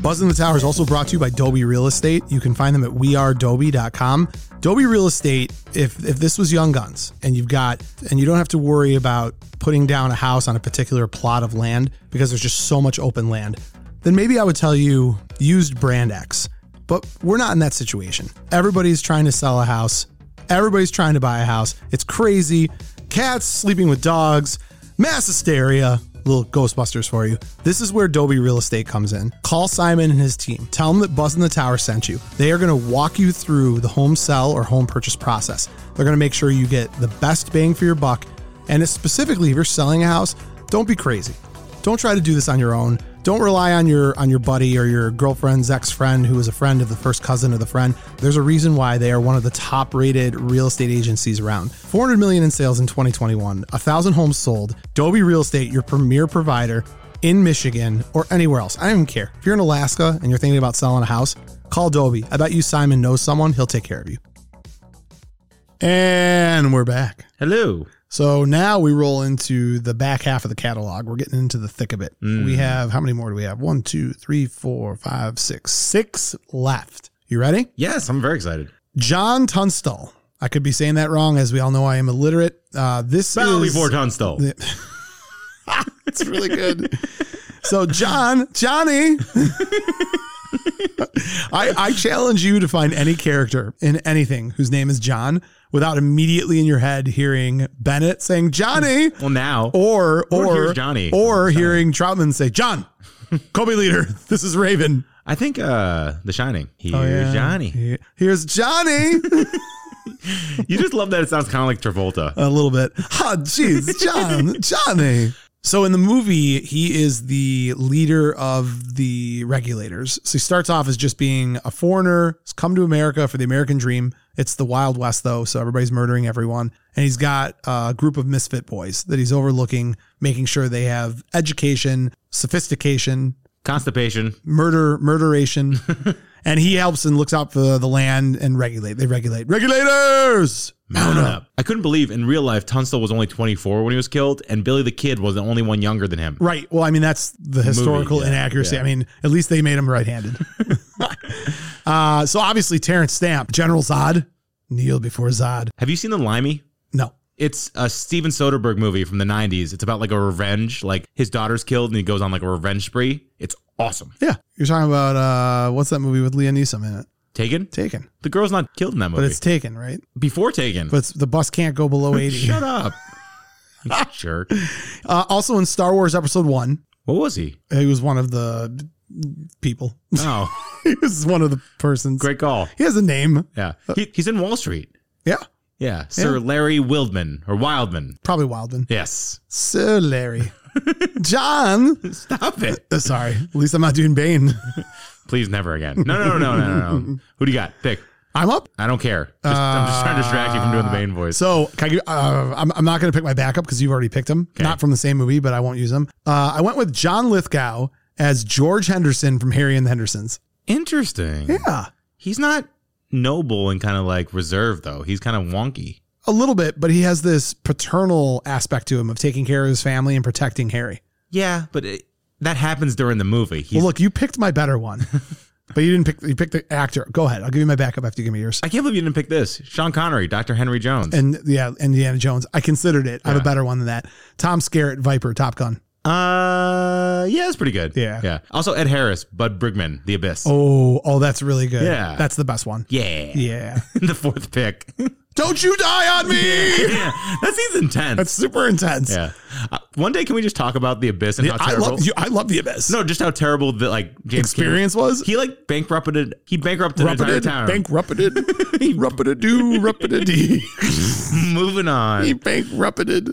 S1: Buzz in the Tower is also brought to you by Dolby Real Estate. You can find them at wearedolby.com. Dolby Real Estate, if if this was Young Guns and you've got and you don't have to worry about putting down a house on a particular plot of land because there's just so much open land, then maybe I would tell you used brand X. But we're not in that situation. Everybody's trying to sell a house. Everybody's trying to buy a house. It's crazy. Cats sleeping with dogs, mass hysteria, little Ghostbusters for you. This is where Dolby Real Estate comes in. Call Simon and his team. Tell them that Buzz in the Tower sent you. They are going to walk you through the home sell or home purchase process. They're going to make sure you get the best bang for your buck. And specifically, if you're selling a house, don't be crazy. Don't try to do this on your own. Don't rely on your on your buddy or your girlfriend's ex-friend who is a friend of the first cousin of the friend. There's a reason why they are one of the top-rated real estate agencies around. 400 million in sales in 2021, 1000 homes sold. Dolby Real Estate, your premier provider in Michigan or anywhere else. I don't even care. If you're in Alaska and you're thinking about selling a house, call Dolby. I bet you Simon knows someone, he'll take care of you. And we're back.
S2: Hello.
S1: So now we roll into the back half of the catalog. We're getting into the thick of it. We have how many more do we have? One, two, three, four, five, six, six left. You ready?
S2: Yes, I'm very excited.
S1: John Tunstall. I could be saying that wrong, as we all know I am illiterate. Uh, this
S2: Valerie
S1: is
S2: Ford Tunstall.
S1: it's really good. So John, Johnny, I, I challenge you to find any character in anything whose name is John without immediately in your head hearing Bennett saying Johnny.
S2: Well, now.
S1: or
S2: Or
S1: or
S2: here's Johnny.
S1: or hearing Troutman say John, Kobe leader. This is Raven.
S2: I think uh The Shining. Here's Johnny.
S1: Here- Here's Johnny.
S2: You just love that it sounds kind of like Travolta.
S1: A little bit. Oh, jeez, John, Johnny. So in the movie, he is the leader of the regulators. So he starts off as just being a foreigner, has come to America for the American dream. It's the Wild West though, so everybody's murdering everyone. And he's got a group of misfit boys that he's overlooking, making sure they have education, sophistication,
S2: Constipation.
S1: murder murderation and he helps and looks out for the land and regulate they regulate regulators
S2: Mount up. I couldn't believe in real life Tunstall was only 24 when he was killed, and Billy the Kid was the only one younger than him.
S1: right well i mean that's the historical
S2: yeah,
S1: inaccuracy
S2: yeah.
S1: i mean at least they made him right-handed uh, so obviously terrence stamp general zod kneel before zod
S2: Have you seen The Limey?
S1: no
S2: It's a Steven Soderbergh movie from the 90s. It's about like a revenge, like his daughter's killed and he goes on like a revenge spree. It's awesome.
S1: yeah you're talking about uh, what's that movie with leah Neeson in it
S2: Taken?
S1: taken
S2: The girl's not killed in that movie.
S1: but it's taken right
S2: before Taken.
S1: but it's, the bus can't go below 80
S2: Shut up. Jerk.
S1: uh, also in star wars episode 1
S2: What was he?
S1: he was one of the people
S2: Oh,
S1: he was one of the persons
S2: great call.
S1: He has a name.
S2: Yeah. He, he's in Wall Street.
S1: Yeah.
S2: Yeah. Sir Larry Wildman or Wildman.
S1: Probably Wildman.
S2: Yes.
S1: Sir Larry. John.
S2: Stop it.
S1: Uh, Sorry. At least I'm not doing Bane.
S2: Please never again. No, no, no, no, no, no. Who do you got? Pick.
S1: I'm up.
S2: I don't care. Just, I'm just trying to distract you from doing the Bane voice.
S1: So can I, give- uh, I'm, I'm not going to pick my backup because you've already picked him. Not from the same movie, but I won't use him. Uh, I went with John Lithgow as George Henderson from Harry and the Hendersons.
S2: Interesting.
S1: Yeah.
S2: He's not noble and kind of like reserved, though. He's kind of wonky.
S1: A little bit, but he has this paternal aspect to him of taking care of his family and protecting Harry.
S2: Yeah, but it, that happens during the movie. He's,
S1: Well, look, you picked my better one, but you didn't pick. You picked the actor. Go ahead. I'll give you my backup after you give me yours.
S2: I can't believe you didn't pick this. Sean Connery, Dr. Henry Jones.
S1: uh, and yeah, Indiana Jones. I considered it. I have a better one than that. Tom Skerritt, Viper, Top Gun.
S2: Uh, yeah, it's pretty good.
S1: Yeah.
S2: yeah. Also, Ed Harris, Bud Brigman, The Abyss.
S1: Oh, oh, that's really good.
S2: Yeah.
S1: That's the best one.
S2: yeah,
S1: Yeah.
S2: the fourth pick.
S1: Don't you die on me.
S2: yeah, that seems intense.
S1: That's super intense.
S2: yeah. Uh, one day, can we just talk about The Abyss and
S1: Yeah,
S2: how
S1: I
S2: terrible?
S1: love you. I love the abyss.
S2: no, just how terrible the like James Cameron-
S1: experience was.
S2: He like bankrupted. He bankrupted an entire
S1: Ruppeted,
S2: town.
S1: bankrupted, ruppeted, do ruppeted, dee.
S2: Moving on.
S1: he bankrupted.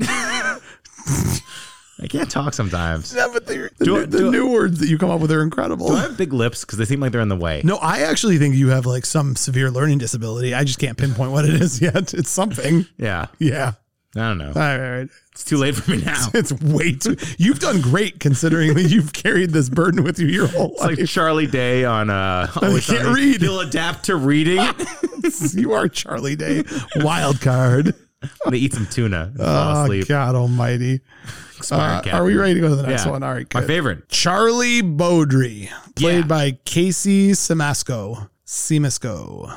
S2: I can't talk sometimes.
S1: Yeah, but they're- the,
S2: Do
S1: new-
S2: I-
S1: the
S2: do I-
S1: new words that you come up with are incredible.
S2: Do I have big lips? Because they seem like they're in the way.
S1: no, I actually think you have like some severe learning disability. I just can't pinpoint what it is yet. It's something.
S2: Yeah.
S1: Yeah.
S2: I don't know.
S1: All right. all right.
S2: It's too late for me now. It's
S1: It's way too. You've done great considering that you've carried this burden with you your whole life.
S2: like Charlie Day on uh
S1: I can't read.
S2: He'll adapt to reading.
S1: you are Charlie Day, wild card.
S2: they eat some tuna. and fall
S1: Oh,
S2: asleep.
S1: God Almighty. Uh,
S2: Captain.
S1: are we ready to go to the next
S2: Yeah.
S1: one? All right.
S2: My
S1: good.
S2: favorite.
S1: Charlie Baudry, played
S2: Yeah.
S1: by Casey Simasco. Simasco.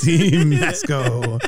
S1: Simasco.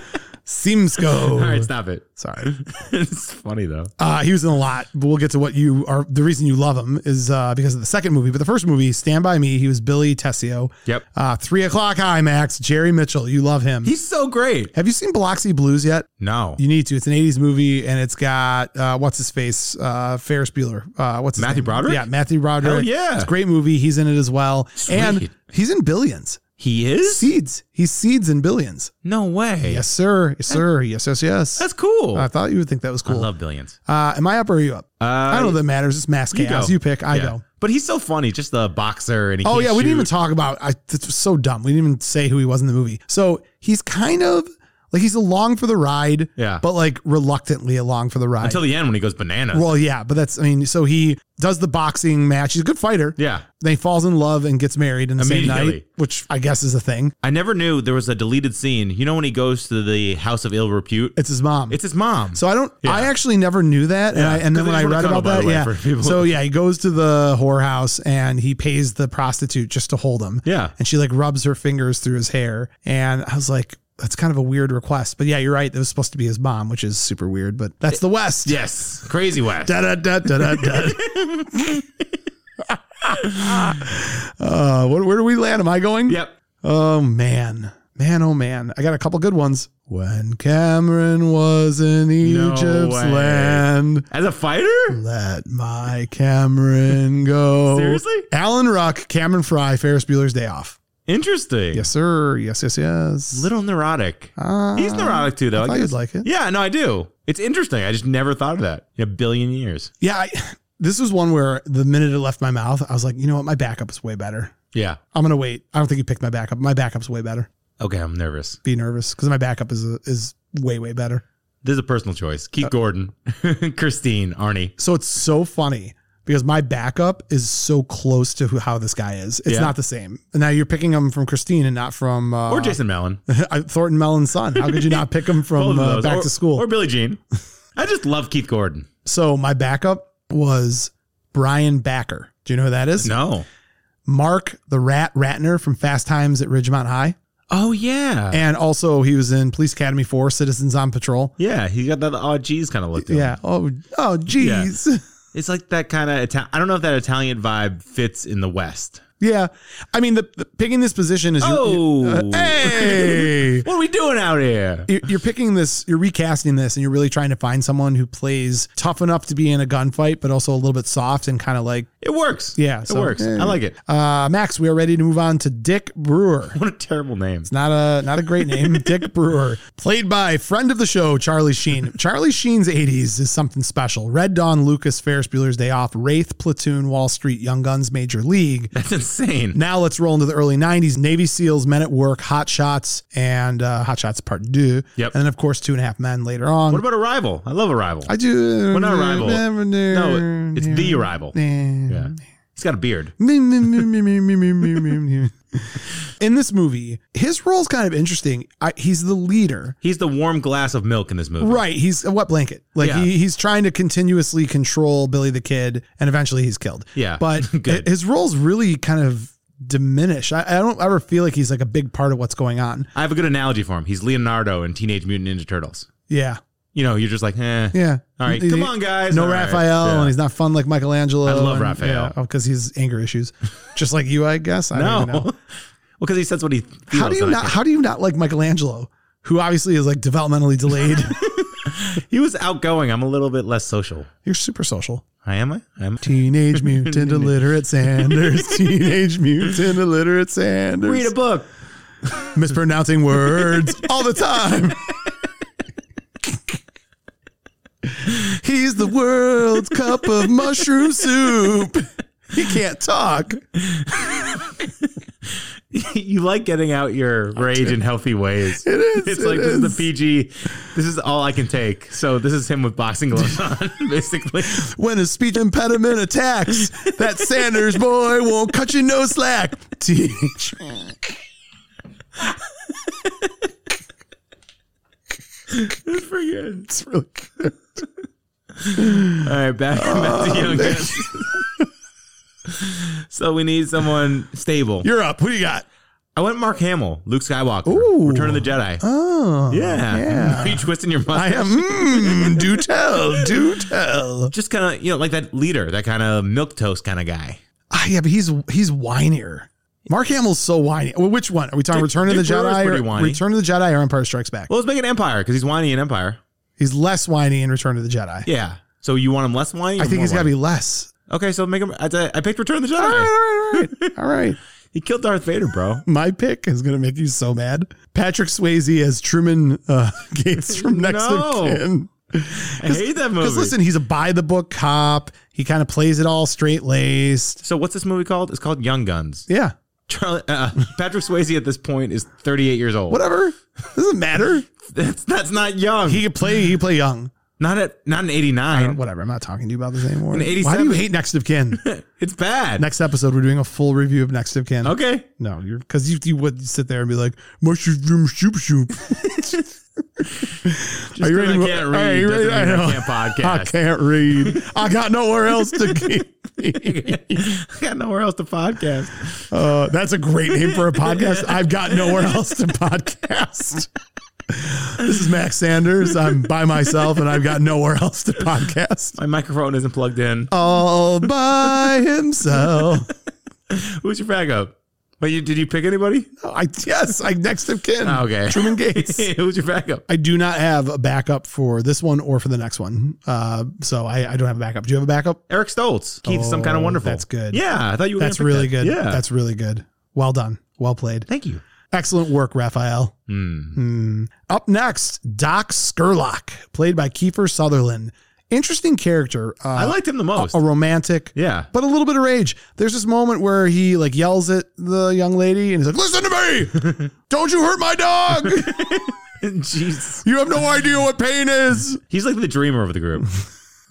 S1: Simsco.
S2: All right, stop it.
S1: Sorry.
S2: it's funny though.
S1: Uh, he was in a lot, but we'll get to what you are. The reason you love him is uh, because of the second movie. But the first movie, Stand By Me, he was Billy Tessio.
S2: Yep.
S1: Uh, Three O'Clock IMAX, Jerry Mitchell. You love him.
S2: He's so great.
S1: Have you seen Biloxi Blues yet?
S2: No.
S1: You need to. It's an 80s movie and it's got, uh, what's his face? Uh, Ferris Bueller. Uh, what's his
S2: Matthew
S1: name?
S2: Broderick?
S1: Yeah, Matthew Broderick.
S2: Hell yeah.
S1: It's a great movie. He's in it as well.
S2: Sweet.
S1: And he's in billions.
S2: He is?
S1: Seeds. He's seeds in billions.
S2: No way.
S1: Yes, sir. Yes, sir. Yes, yes, yes.
S2: That's cool.
S1: I thought you would think that was
S2: I
S1: cool.
S2: love billions.
S1: uh, am I up or are you up?
S2: Uh,
S1: I don't know that matters. It's mass chaos. You, pick. I
S2: Yeah.
S1: go.
S2: But he's so funny, just the boxer and he
S1: Oh
S2: can't
S1: yeah, we didn't even
S2: shoot.
S1: talk about. I, this was so dumb. We didn't even say who he was in the movie. So he's kind of like he's along for the ride.
S2: Yeah.
S1: but like reluctantly along for the ride.
S2: until the end when he goes bananas.
S1: well, yeah, but that's. I mean, so he does the boxing match. He's a good fighter.
S2: yeah.
S1: Then he falls in love and gets married in the same
S2: Immediately.
S1: night, which I guess is a thing.
S2: I never knew there was a deleted scene. You know when he goes to the house of ill repute?
S1: It's his mom.
S2: It's his mom.
S1: So I don't.
S2: Yeah.
S1: I actually never knew that, and,
S2: Yeah,
S1: I, and then
S2: 'cause
S1: when
S2: I
S1: I
S2: just
S1: read
S2: wanna
S1: about
S2: cuddle, by
S1: that,
S2: the way,
S1: yeah.
S2: for people.
S1: So yeah, he goes to the whorehouse and he pays the prostitute just to hold him.
S2: Yeah.
S1: and she like rubs her fingers through his hair, and I was like, that's kind of a weird request, but yeah, you're right. That was supposed to be his mom, which is super weird, but that's the West.
S2: yes, crazy West.
S1: Da da da da da da. Uh, what, where do we land? Am I going?
S2: yep.
S1: Oh man, man, oh man! I got a couple good ones. When Cameron was in Egypt's
S2: way.
S1: land,
S2: As a fighter?
S1: let my Cameron go.
S2: Seriously?
S1: Alan Ruck, Cameron Fry, Ferris Bueller's Day Off.
S2: Interesting.
S1: Yes, sir. Yes, yes, yes.
S2: Little neurotic.
S1: Ah,
S2: He's neurotic too, though.
S1: I thought
S2: guess.
S1: you'd like it.
S2: Yeah, no, I do. It's interesting. I just never thought of that in a billion years.
S1: Yeah, I, this was one where the minute it left my mouth, I was like, you know what? My backup is way better.
S2: Yeah.
S1: I'm gonna wait. I don't think you picked my backup. My backup's way better.
S2: Okay, I'm nervous.
S1: Be nervous because my backup is a, is way way better.
S2: This is a personal choice.
S1: Uh,
S2: Keith Gordon, Christine, Arnie.
S1: So it's so funny because my backup is so close to who, how this guy is. It's
S2: Yeah.
S1: not the same. And now you're picking him from Christine and not from uh,
S2: Or Jason Mellon.
S1: Thornton Mellon's son. How could you not pick him
S2: Both
S1: from
S2: of
S1: uh,
S2: those.
S1: Back
S2: Or-
S1: to School?
S2: Or Billie Jean. I just love Keith Gordon.
S1: so my backup was Brian Backer. Do you know who that is?
S2: No.
S1: Mark the Rat Ratner from Fast Times at Ridgemont High,
S2: Oh, yeah.
S1: and also he was in Police Academy Four, Citizens on Patrol.
S2: yeah, he got that odd G's kind of look to him.
S1: Yeah. Oh. Oh. Geez.
S2: It's like that kind of Italian. I don't know if that Italian vibe fits in the West.
S1: Yeah. I mean, the, the picking this position is.
S2: Oh.
S1: Uh, hey.
S2: What are we doing out here?
S1: you're you're picking this, you're recasting this, and you're really trying to find someone who plays tough enough to be in a gunfight, but also a little bit soft and kind of like,
S2: It works.
S1: Yeah,
S2: It
S1: so-
S2: works.
S1: Yeah.
S2: I like it.
S1: uh, Max, we are ready to move on to Dick Brewer.
S2: What a terrible name.
S1: Not a not a great name, Dick Brewer, played by friend of the show Charlie Sheen. Charlie Sheen's 80s is something special. Red Dawn, Lucas, Ferris Bueller's Day Off, Wraith, Platoon, Wall Street, Young Guns, Major League.
S2: That's insane.
S1: Now let's roll into the early 90s. Navy SEALs, Men at Work, Hot Shots, and uh, Hot Shots Part 2.
S2: Yep.
S1: And then, of course, Two and a Half Men later on.
S2: What about Arrival? I love Arrival.
S1: I do.
S2: Well, not rival. No, it's the rival. yeah. He's got a beard.
S1: In this movie, his role's kind of interesting. I, he's the leader.
S2: He's the warm glass of milk in this movie.
S1: Right, he's a wet blanket. Like
S2: Yeah.
S1: he, he's trying to continuously control Billy the Kid, and eventually he's killed.
S2: Yeah.
S1: but hi-
S2: Good.
S1: his roles really kind of diminish. I, I don't ever feel like he's like a big part of what's going on.
S2: I have a good analogy for him. He's Leonardo in Teenage Mutant Ninja Turtles.
S1: Yeah,
S2: you know, you're just like, eh.
S1: Yeah.
S2: All right,
S1: He-
S2: come on, guys.
S1: No
S2: All right,
S1: Raphael,
S2: yeah.
S1: and he's not fun like Michelangelo.
S2: I love
S1: and-
S2: Raphael.
S1: yeah, oh, because he's anger issues, just like you, I guess. I
S2: No.
S1: don't even
S2: well,
S1: know.
S2: because he says what he feels.
S1: How do you
S2: and I
S1: not? How do you not like Michelangelo, who obviously is like developmentally delayed?
S2: can't- he was outgoing. I'm a little bit less social.
S1: You're super social.
S2: I am. I am.
S1: Teenage Mutant Illiterate Sanders. Teenage Mutant Illiterate Sanders.
S2: Read a book.
S1: mispronouncing words all the time. He's the world's cup of mushroom soup. He can't talk.
S2: you like getting out your rage in healthy ways. It
S1: is,
S2: It's
S1: it
S2: like this is
S1: is.
S2: the PG. This is all I can take. So this is him with boxing gloves on, basically.
S1: When a speech impediment attacks, that Sanders boy won't cut you no slack. Teach.
S2: Pretty good.
S1: It's really good.
S2: All right, back,
S1: Oh,
S2: back to Young Guns. so we need someone stable.
S1: You're up. What do you got?
S2: I went Mark Hamill, Luke Skywalker,
S1: Ooh.
S2: Return of the Jedi.
S1: Oh.
S2: yeah.
S1: yeah.
S2: Are you twisting your
S1: I
S2: mind?
S1: am. Mm, do tell. Do tell.
S2: Just kind of, you know, like that leader, that kind of milk toast kind of guy.
S1: Ah, yeah, but he's he's whinier. Mark Hamill's so whiny. Well, which one are we talking?
S2: Dick-
S1: Return of
S2: Dick
S1: the
S2: Brewer's pretty
S1: Jedi or
S2: whiny.
S1: Return of the Jedi or Empire Strikes Back?
S2: Well, let's make an empire because he's whiny in Empire.
S1: He's less whiny in Return of the Jedi.
S2: Yeah. So you want him less whiny?
S1: I think he's got to be Ah! less.
S2: Okay, so make him. I, I picked Return of the Jedi.
S1: All right, all right, all right, all right.
S2: He killed Darth Vader, bro.
S1: My pick is gonna make you so mad. Patrick Swayze as Truman uh, Gates from Next
S2: No.
S1: of Kin.
S2: I hate that movie.
S1: Because listen, he's a by the book cop. He kind of plays it all straight laced.
S2: so what's this movie called? It's called Young Guns.
S1: Yeah,
S2: Charlie, uh, Patrick Swayze at this point is 38 years old.
S1: whatever. Doesn't matter.
S2: That's, that's not young.
S1: He could play. He could play young.
S2: not at not in 89.
S1: Whatever. I'm not talking to you about this anymore.
S2: In
S1: Why do you
S2: 87
S1: hate Next of Kin?
S2: It's bad.
S1: next episode we're doing a full review of Next of Kin.
S2: Okay.
S1: No, you're because you, you would sit there and be like mushroom soup soup. Are you
S2: Because
S1: ready?
S2: I can't read.
S1: Are you ready?
S2: doesn't
S1: I,
S2: mean I
S1: know.
S2: can't
S1: I
S2: podcast.
S1: can't read. I got nowhere else to get.
S2: I got nowhere else to podcast.
S1: Uh, that's a great name for a podcast. I've got nowhere else to podcast. This is Max Sanders. I'm by myself and I've got nowhere else to podcast.
S2: My microphone isn't plugged in.
S1: Uh, All by himself.
S2: Who's your backup? Wait, you, did you pick anybody?
S1: I yes, I next of kin.
S2: Oh, okay.
S1: Truman Gates.
S2: Who's your backup?
S1: I do not have a backup for this one or for the next one. Uh, so I, I don't have a backup. Do you have a backup?
S2: Eric Stoltz. Keith, some
S1: Oh,
S2: kind of wonderful.
S1: that's good.
S2: Yeah, I thought you. Were
S1: That's
S2: gonna pick
S1: really
S2: that.
S1: good.
S2: Yeah,
S1: That's really good. Well done. Well played.
S2: thank you.
S1: Excellent work, Raphael. Hmm. Up next, Doc Skurlock, played by Kiefer Sutherland. Interesting character. Uh,
S2: I liked him the most.
S1: a romantic.
S2: yeah,
S1: But a little bit of rage. There's this moment where he like yells at the young lady and he's like, Listen to me! Don't you hurt my dog!
S2: jeez,
S1: you have no idea what pain is!
S2: he's like the dreamer of the group.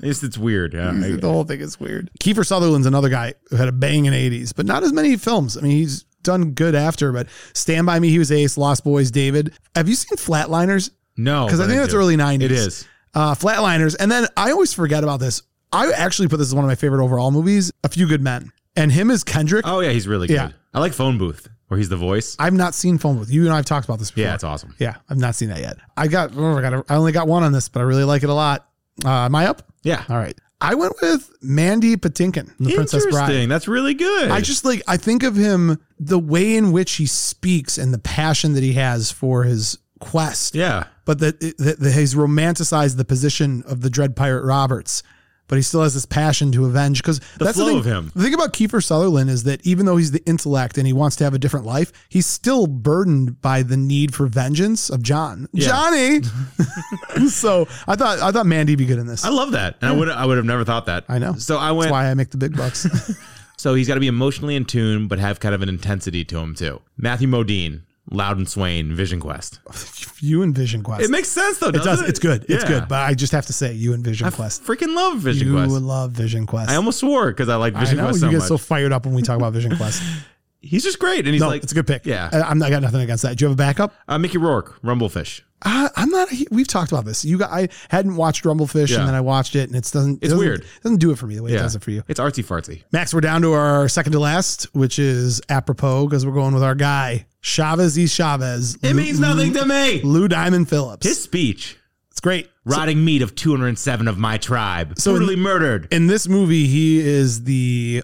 S2: it's it's weird. Yeah, I-
S1: the whole thing is weird. Kiefer Sutherland's another guy who had a bang in the 80s, but not as many films. I mean, he's done good after, but Stand By Me, he was ace, Lost Boys, David. Have you seen Flatliners?
S2: no,
S1: Because I
S2: but
S1: think that's
S2: do.
S1: early 90s.
S2: It is.
S1: Uh, Flatliners. And then I always forget about this. I actually put this as one of my favorite overall movies, A Few Good Men. And him as Kendrick.
S2: Oh yeah, he's really good.
S1: Yeah.
S2: I like Phone Booth where he's the voice.
S1: I've not seen Phone Booth. You and I have talked about this before.
S2: Yeah, it's awesome.
S1: Yeah, I've not seen that yet. I got, oh, I got, I only got one on this, but I really like it a lot. Uh, am I up?
S2: Yeah,
S1: All right. I went with Mandy Patinkin, the Princess Bride.
S2: Interesting. That's really good.
S1: I just like I think of him the way in which he speaks and the passion that he has for his quest.
S2: yeah.
S1: But that, that, that he's romanticized the position of the Dread Pirate Roberts, but he still has this passion to avenge. Because that's
S2: flow
S1: the thing,
S2: of him.
S1: The thing about Kiefer Sutherland is that even though he's the intellect and he wants to have a different life, he's still burdened by the need for vengeance of John.
S2: Yeah.
S1: Johnny. so I thought I thought Mandy'd be good in this.
S2: I love that, and I would I would have never thought that.
S1: I know.
S2: So I
S1: That's
S2: went.
S1: why I make the big bucks.
S2: So he's got to be emotionally in tune, but have kind of an intensity to him too. Matthew Modine, Loudon Swain, Vision Quest.
S1: you and Vision Quest.
S2: It makes sense though.
S1: It does.
S2: doesn't
S1: It's good. It's
S2: Yeah.
S1: good. But I just have to say, you and Vision
S2: I
S1: Quest.
S2: freaking love Vision
S1: you
S2: Quest.
S1: love Vision Quest.
S2: I almost swore because I like Vision
S1: I know
S2: Quest so
S1: you get
S2: much.
S1: so fired up when we talk about Vision Quest.
S2: he's just great, and he's
S1: no,
S2: like
S1: it's a good pick.
S2: Yeah,
S1: I, I'm not, I got nothing against that. Do you have a backup?
S2: uh, Mickey Rourke, Rumblefish.
S1: Uh, I'm not. a- We've talked about this. You got. I hadn't watched Rumblefish,
S2: Yeah.
S1: and then I watched it, and it doesn't.
S2: It's
S1: doesn't-
S2: weird.
S1: Doesn't do it for me the way
S2: Yeah,
S1: it does it for you.
S2: It's artsy fartsy.
S1: Max, we're down to our second to last, which is apropos because we're going with our guy Chavez E. Chavez.
S2: It means nothing to me.
S1: Lou Diamond Phillips.
S2: His speech
S1: it's great.
S2: Rotting meat of 207 of my tribe.
S1: So-
S2: brutally murdered.
S1: In this movie, he is the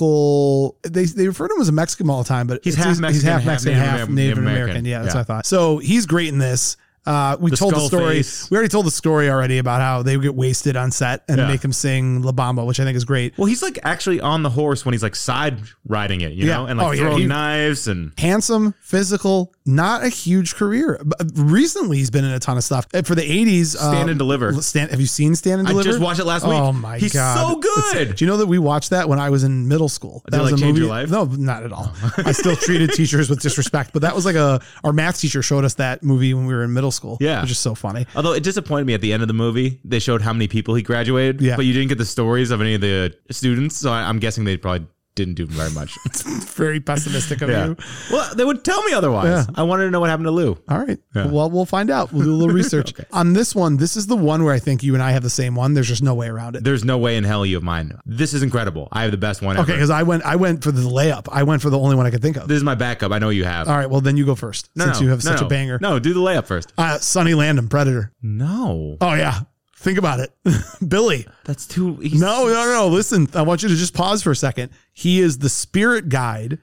S1: local. They they refer to him as a Mexican all the time, but
S2: He's
S1: it's-
S2: half Mexican,
S1: He's half
S2: half
S1: Mexican,
S2: Native
S1: half Native,
S2: Amer- Native
S1: American.
S2: American.
S1: Yeah, that's
S2: Yeah.
S1: what I thought. So he's great in this. Uh, we
S2: The
S1: told the
S2: skull
S1: story.
S2: face.
S1: We already told the story already about how they would get wasted on set and
S2: Yeah.
S1: make him sing La Bamba, which I think is great.
S2: Well, he's like actually on the horse when he's like side riding it, you
S1: Yeah.
S2: know, and like
S1: Oh, yeah,
S2: throwing
S1: he-
S2: knives and
S1: Handsome, physical, not a huge career. But recently, he's been in a ton of stuff. And For the '80s, um,
S2: Stand and Deliver.
S1: Stand, have you seen Stand and
S2: I
S1: Deliver?
S2: just watched it last week.
S1: Oh my
S2: He's
S1: god,
S2: so
S1: It's-
S2: good.
S1: do you know that we watched that when I was in middle school?
S2: Did
S1: that
S2: it,
S1: was
S2: like, change your life?
S1: No, not at all. I still treated teachers with disrespect, but that was like a our math teacher showed us that movie when we were in middle school.
S2: Yeah.
S1: which is so funny.
S2: Although it disappointed me at the end of the movie, they showed how many people he graduated,
S1: Yeah.
S2: but you didn't get the stories of any of the students, so I, I'm guessing they probably didn't do very much.
S1: Very pessimistic of
S2: yeah.
S1: you.
S2: Well, they would tell me otherwise. I wanted to know what happened to Lou.
S1: All right.
S2: Yeah.
S1: Well, we'll find out. We'll do a little research on this one. This is the one where I think you and I have the same one. There's just no way around it.
S2: There's no way in hell you have mine. This is incredible. I have the best one
S1: Okay,
S2: ever.
S1: because I went, I went for the layup. I went for the only one I could think of.
S2: This is my backup. I know you have.
S1: All right. Well, then you go first,
S2: No,
S1: since
S2: no,
S1: you have
S2: no,
S1: such
S2: no.
S1: a banger.
S2: No, do the layup first.
S1: Uh, Sonny Landham, Predator.
S2: No.
S1: Oh yeah. Think about it, Billy.
S2: That's too e-, he's-
S1: No, no, no. Listen, I want you to just pause for a second. He is the spirit guide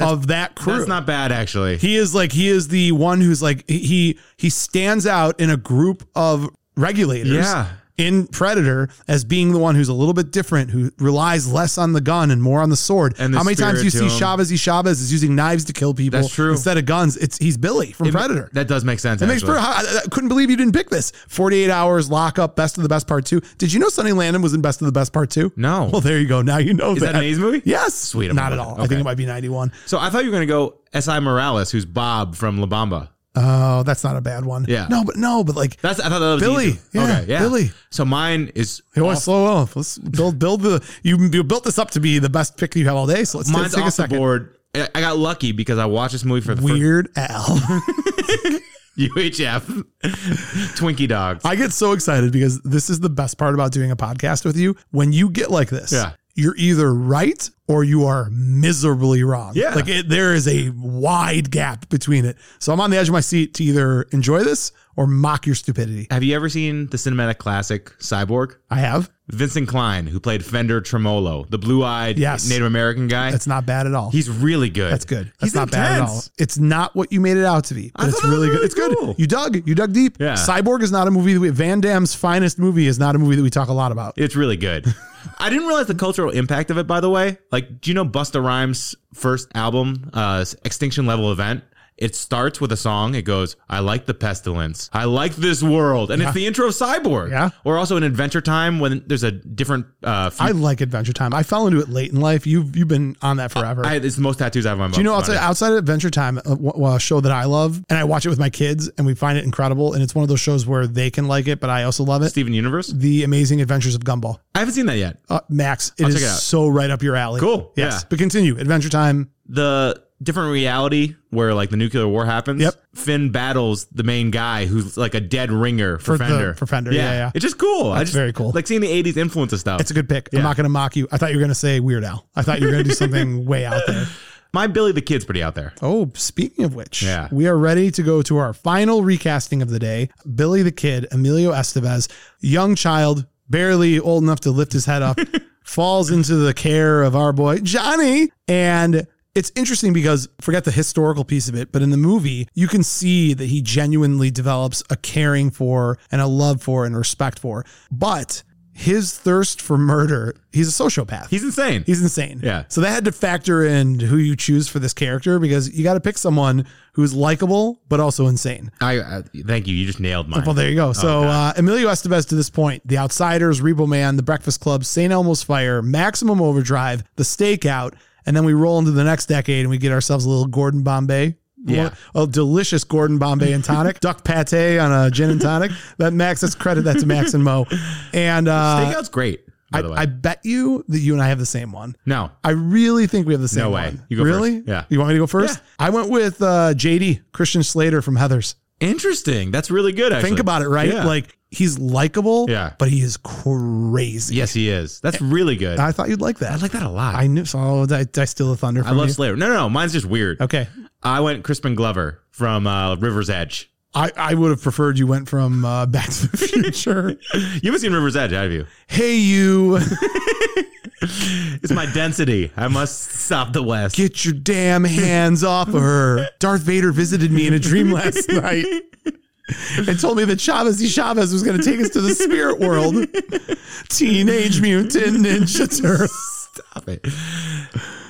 S1: of that crew.
S2: That's not bad actually.
S1: he is like he is the one who's like he he stands out in a group of regulators.
S2: Yeah.
S1: In Predator, as being the one who's a little bit different, who relies less on the gun and more on the sword.
S2: And the
S1: How many times do you
S2: spirit
S1: see
S2: to him.
S1: Chavez y Chavez is using knives to kill people
S2: That's true.
S1: instead of guns? It's he's Billy from
S2: It-
S1: Predator.
S2: That does make sense.
S1: It makes
S2: actually.
S1: perfect. I, I couldn't believe you didn't pick this. Forty-eight hours lockup, best of the best part two. Did you know Sonny Landham was in Best of the Best Part Two?
S2: No.
S1: Well, there you go. Now you know
S2: Is that an 80s movie?
S1: Yes.
S2: Sweet, I'm
S1: Not at
S2: on it.
S1: all. I think
S2: Okay.
S1: it might be ninety-one.
S2: So I thought you were gonna go S.I. Morales, who's Bob from La Bamba.
S1: Oh, that's not a bad one.
S2: Yeah.
S1: No, but no, but like
S2: That's I thought that was
S1: Billy.
S2: easy.
S1: Yeah,
S2: okay, yeah.
S1: Billy.
S2: So mine is
S1: you want to
S2: off,
S1: slow off. Let's build build the you you built this up to be the best pick you have all day. So let's
S2: mine's
S1: take, take a
S2: off the
S1: second.
S2: board. I I got lucky because I watched this movie for the first
S1: Weird Al.
S2: UHF Twinkie Dogs.
S1: I get so excited because this is the best part about doing a podcast with you. When you get like this,
S2: Yeah.
S1: you're either right or you are miserably wrong.
S2: Yeah.
S1: Like it, there is a wide gap between it. So I'm on the edge of my seat to either enjoy this or mock your stupidity.
S2: Have you ever seen the cinematic classic Cyborg?
S1: I have.
S2: Vincent Klein, who played Fender Tremolo, the blue-eyed
S1: Yes.
S2: Native American guy.
S1: That's not bad at all.
S2: He's really good.
S1: that's good. That's
S2: He's
S1: not bad at all.
S2: intense.
S1: It's not what you made it out to be, but
S2: I
S1: it's
S2: thought that was
S1: really good.
S2: really
S1: It's
S2: cool.
S1: good. You dug. You dug deep.
S2: Yeah.
S1: Cyborg is not a movie. That we, Van Damme's finest movie is not a movie that we talk a lot about.
S2: It's really good. I didn't realize the cultural impact of it, by the way. Like, do you know Busta Rhymes' first album, uh, Extinction Level Event? It starts with a song. It goes, I like the pestilence. I like this world. And it's the intro of Cyborg.
S1: Yeah.
S2: Or also in Adventure Time when there's a different. Uh, few-
S1: I like Adventure Time. I fell into it late in life. You've you've been on that forever.
S2: I- it's the most tattoos I have on my
S1: Do you know
S2: body.
S1: outside outside of Adventure Time, a, w- w- a show that I love, and I watch it with my kids, and we find it incredible. And it's one of those shows where they can like it, but I also love it.
S2: Steven Universe?
S1: The Amazing Adventures of Gumball.
S2: I haven't seen that yet.
S1: Uh, Max, it
S2: I'll
S1: is
S2: check it out.
S1: so right up your alley.
S2: Cool.
S1: Yes,
S2: Yeah.
S1: but continue. Adventure Time.
S2: the different reality where like the nuclear war happens.
S1: Yep.
S2: Finn battles the main guy who's like a dead ringer for,
S1: For the-
S2: Fender.
S1: for Fender, yeah, yeah.
S2: It's just cool. I
S1: That's
S2: just,
S1: very cool.
S2: Like seeing the '80s influence of stuff.
S1: It's a good pick. I'm not going to mock you. I thought you were going to say Weird Al. I thought you were going to do something way out there.
S2: My Billy the Kid's pretty out there.
S1: Oh, speaking of which,
S2: Yeah.
S1: we are ready to go to our final recasting of the day. Billy the Kid, Emilio Estevez, young child, barely old enough to lift his head up, falls into the care of our boy Johnny. And it's interesting because forget the historical piece of it, but in the movie, you can see that he genuinely develops a caring for and a love for and respect for. But his thirst for murder, he's a sociopath.
S2: He's insane.
S1: He's insane.
S2: Yeah.
S1: So that had to factor in who you choose for this character because you got to pick someone who's likable but also insane.
S2: I, I thank you. You just nailed mine.
S1: Well, there you go. So uh, Emilio Estevez to this point, The Outsiders, Rebo Man, The Breakfast Club, St. Elmo's Fire, Maximum Overdrive, The Stakeout, and then we roll into the next decade and we get ourselves a little Gordon Bombay.
S2: Yeah.
S1: A delicious Gordon Bombay and tonic, duck pate on a gin and tonic. That Max, that's credit that to Max and Mo. And uh,
S2: Stakeout's great. By
S1: I,
S2: the way,
S1: I bet you that you and I have the same one.
S2: no.
S1: I really think we have the same
S2: No way.
S1: one.
S2: You go
S1: really?
S2: first. Yeah.
S1: You want me to go first? I went with uh, JD Christian Slater from Heather's.
S2: Interesting. That's really good. Actually.
S1: Think about it, right?
S2: Yeah.
S1: Like he's likable,
S2: Yeah.
S1: but he is crazy.
S2: yes, he is. That's really good. I,
S1: I thought you'd like that. I
S2: like that a lot.
S1: I
S2: I,
S1: knew. So did I, did I steal the thunder. From
S2: love
S1: you?
S2: Slayer. No, no, no. Mine's just weird.
S1: Okay.
S2: I went Crispin Glover from uh, River's Edge.
S1: I, I would have preferred you went from uh, Back to the Future.
S2: You haven't seen River's Edge, have you?
S1: hey, you,
S2: It's my density. I must stop the West.
S1: get your damn hands off of her. Darth Vader visited me in a dream last night and told me that Chavez y Chavez was going to take us to the spirit world. Teenage Mutant Ninja Turtles.
S2: Stop it.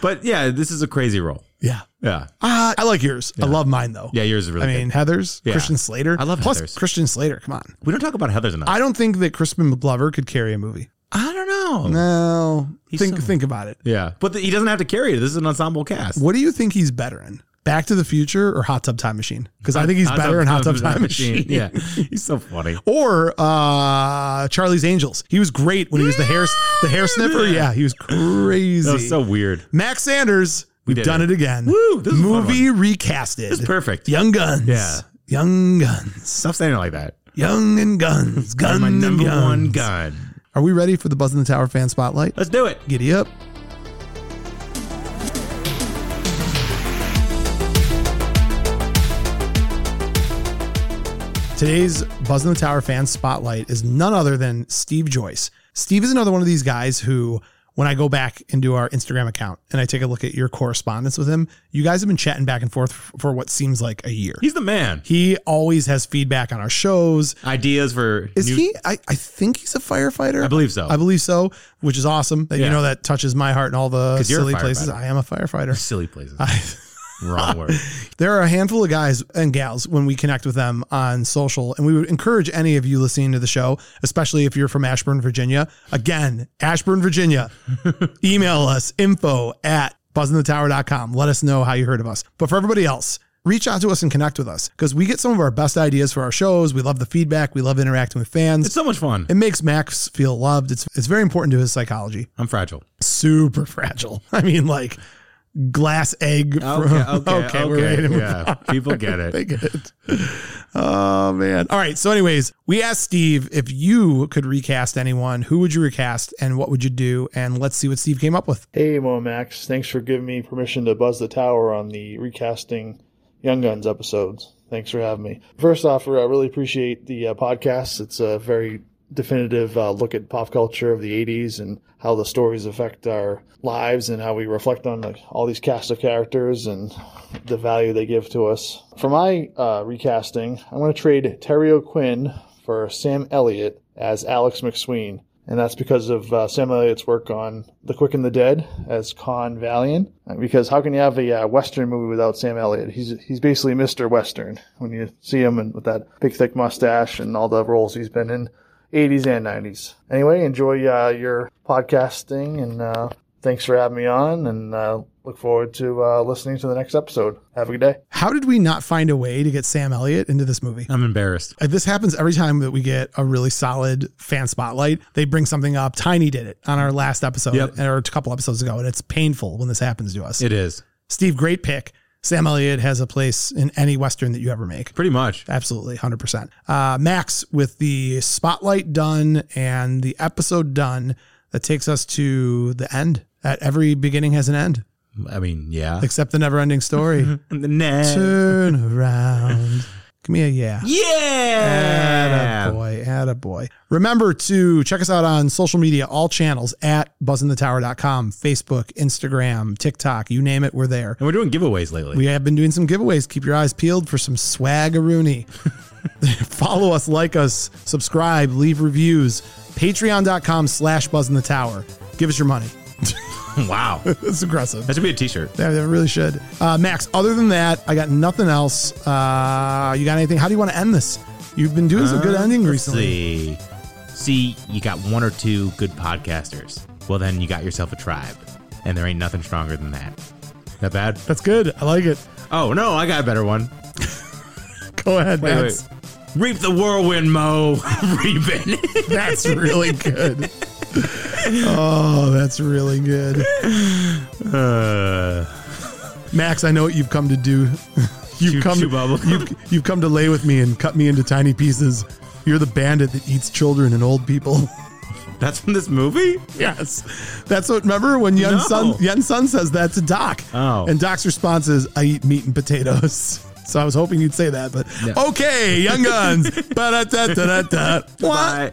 S2: But yeah, this is a crazy role.
S1: Yeah.
S2: Yeah.
S1: Uh, I like yours. I love mine, though.
S2: Yeah, yours is really
S1: I mean, Heather's,
S2: Yeah.
S1: Christian Slater.
S2: I love
S1: Plus,
S2: Heather's.
S1: Christian Slater. Come on.
S2: We don't talk about Heather's enough.
S1: I don't think that Crispin Glover could carry a movie.
S2: I don't know.
S1: No. think
S2: so-
S1: think about it.
S2: Yeah. But the, he doesn't have to carry it. This is an ensemble cast.
S1: What do you think he's better in? Back to the Future or Hot Tub Time Machine? Because I think he's better in Hot Tub Time Machine.
S2: Yeah. He's so funny.
S1: Or uh, Charlie's Angels. He was great when he was the hair the hair sniffer. Yeah, he was crazy.
S2: That was so weird.
S1: Max Sanders, we've
S2: did
S1: done
S2: it.
S1: it, again.
S2: Woo, this is a fun
S1: Movie recasted.
S2: Perfect.
S1: Young Guns.
S2: Yeah.
S1: Young Guns.
S2: Stop saying it like that.
S1: Young and Guns. Gun
S2: My
S1: and
S2: number
S1: guns.
S2: one gun.
S1: Are we ready for the Buzz in the Tower fan spotlight?
S2: Let's do it.
S1: Giddy up. Today's Buzz in the Tower fan spotlight is none other than Steve Joyce. Steve is another one of these guys who, when I go back into our Instagram account and I take a look at your correspondence with him, you guys have been chatting back and forth f- for what seems like a year.
S2: He's the man.
S1: He always has feedback on our shows.
S2: Ideas for
S1: Is
S2: new-
S1: he? I, I think he's a firefighter.
S2: I believe so.
S1: I believe so, which is awesome. That
S2: Yeah.
S1: you know that touches my heart in all the
S2: 'Cause you're a
S1: silly places.
S2: firefighter.
S1: I am a firefighter.
S2: silly places.
S1: I,
S2: Wrong word.
S1: there are a handful of guys and gals when we connect with them on social, and we would encourage any of you listening to the show, especially if you're from Ashburn, Virginia. Again, Ashburn, Virginia. Email us info at buzzinthetower.com. Let us know how you heard of us. But for everybody else, reach out to us and connect with us because we get some of our best ideas for our shows. We love the feedback. We love interacting with fans.
S2: It's so much fun.
S1: It makes Max feel loved. It's it's very important to his psychology.
S2: I'm fragile.
S1: Super fragile. I mean, like glass egg. from- we're ready to move on.
S2: yeah, people get it.
S1: They get it. Oh man. All right. So, anyways, we asked Steve if you could recast anyone, who would you recast, and what would you do? And let's see what Steve came up with.
S8: Hey, Mo Max. Thanks for giving me permission to buzz the tower on the recasting Young Guns episodes. Thanks for having me. First off, I really appreciate the uh, podcast. It's a very definitive uh, look at pop culture of the 80s and how the stories affect our lives and how we reflect on like, all these cast of characters and the value they give to us. For my uh, recasting, I'm going to trade Terry O'Quinn for Sam Elliott as Alex McSween and that's because of uh, Sam Elliott's work on The Quick and the Dead as Con Valiant. Uh, Because how can you have a uh, Western movie without Sam Elliott? He's he's basically Mr. Western when you see him and with that big thick mustache and all the roles he's been in, 80s and 90s. Anyway, enjoy uh, your podcasting and uh, thanks for having me on and uh, look forward to uh, listening to the next episode. Have a good day.
S1: How did we not find a way to get Sam Elliott into this movie?
S2: I'm embarrassed.
S1: Uh, This happens every time that we get a really solid fan spotlight. They bring something up. Tiny did it on our last episode
S2: Yep.
S1: or a couple episodes ago, and it's painful when this happens to us.
S2: It is
S1: Steve, great pick. Sam Elliott has a place in any Western that you ever make.
S2: pretty much.
S1: Absolutely, 100%. Uh, Max, with the spotlight done and the episode done, that takes us to the end. At every beginning has an end,
S2: I mean, yeah.
S1: except the never ending story.
S2: And the net.
S1: Turn around. Give me a yeah.
S2: Yeah.
S1: Attaboy, attaboy. Remember to check us out on social media, all channels at buzzinthetower.com, Facebook, Instagram, TikTok, you name it, we're there.
S2: And we're doing giveaways lately.
S1: We have been doing some giveaways. Keep your eyes peeled for some swagaroony. Follow us, like us, subscribe, leave reviews. Patreon.com slash buzz in the tower. Give us your money.
S2: wow. That
S1: It's aggressive.
S2: should be a t-shirt.
S1: Yeah, they really should. Uh, Max, other than that, I got nothing else. Uh, you got anything? How do you want to end this? You've been doing some good ending recently.
S2: Uh, See. See, you got one or two good podcasters. Well, then you got yourself a tribe. And there ain't nothing stronger than that. That bad?
S1: That's good. I like it.
S2: Oh, no, I got a better one.
S1: Go ahead,
S2: Wait,
S1: Max.
S2: wait. Reap the whirlwind, Mo. Reap it.
S1: That's really good. oh, that's really good.
S2: Uh,
S1: Max, I know what you've come to do. You've
S2: Chew-
S1: come,
S2: chew bubble.
S1: You've, you've come to lay with me and cut me into tiny pieces. You're the bandit that eats children and old people.
S2: that's from this movie?
S1: yes, that's what. Remember when Yen
S2: No.
S1: Sun Yen Sun says that to Doc,
S2: Oh.
S1: and Doc's response is, "I eat meat and potatoes." So I was hoping you'd say that, but okay, Young Guns. Ba-da-da-da-da-da. What?
S2: Bye.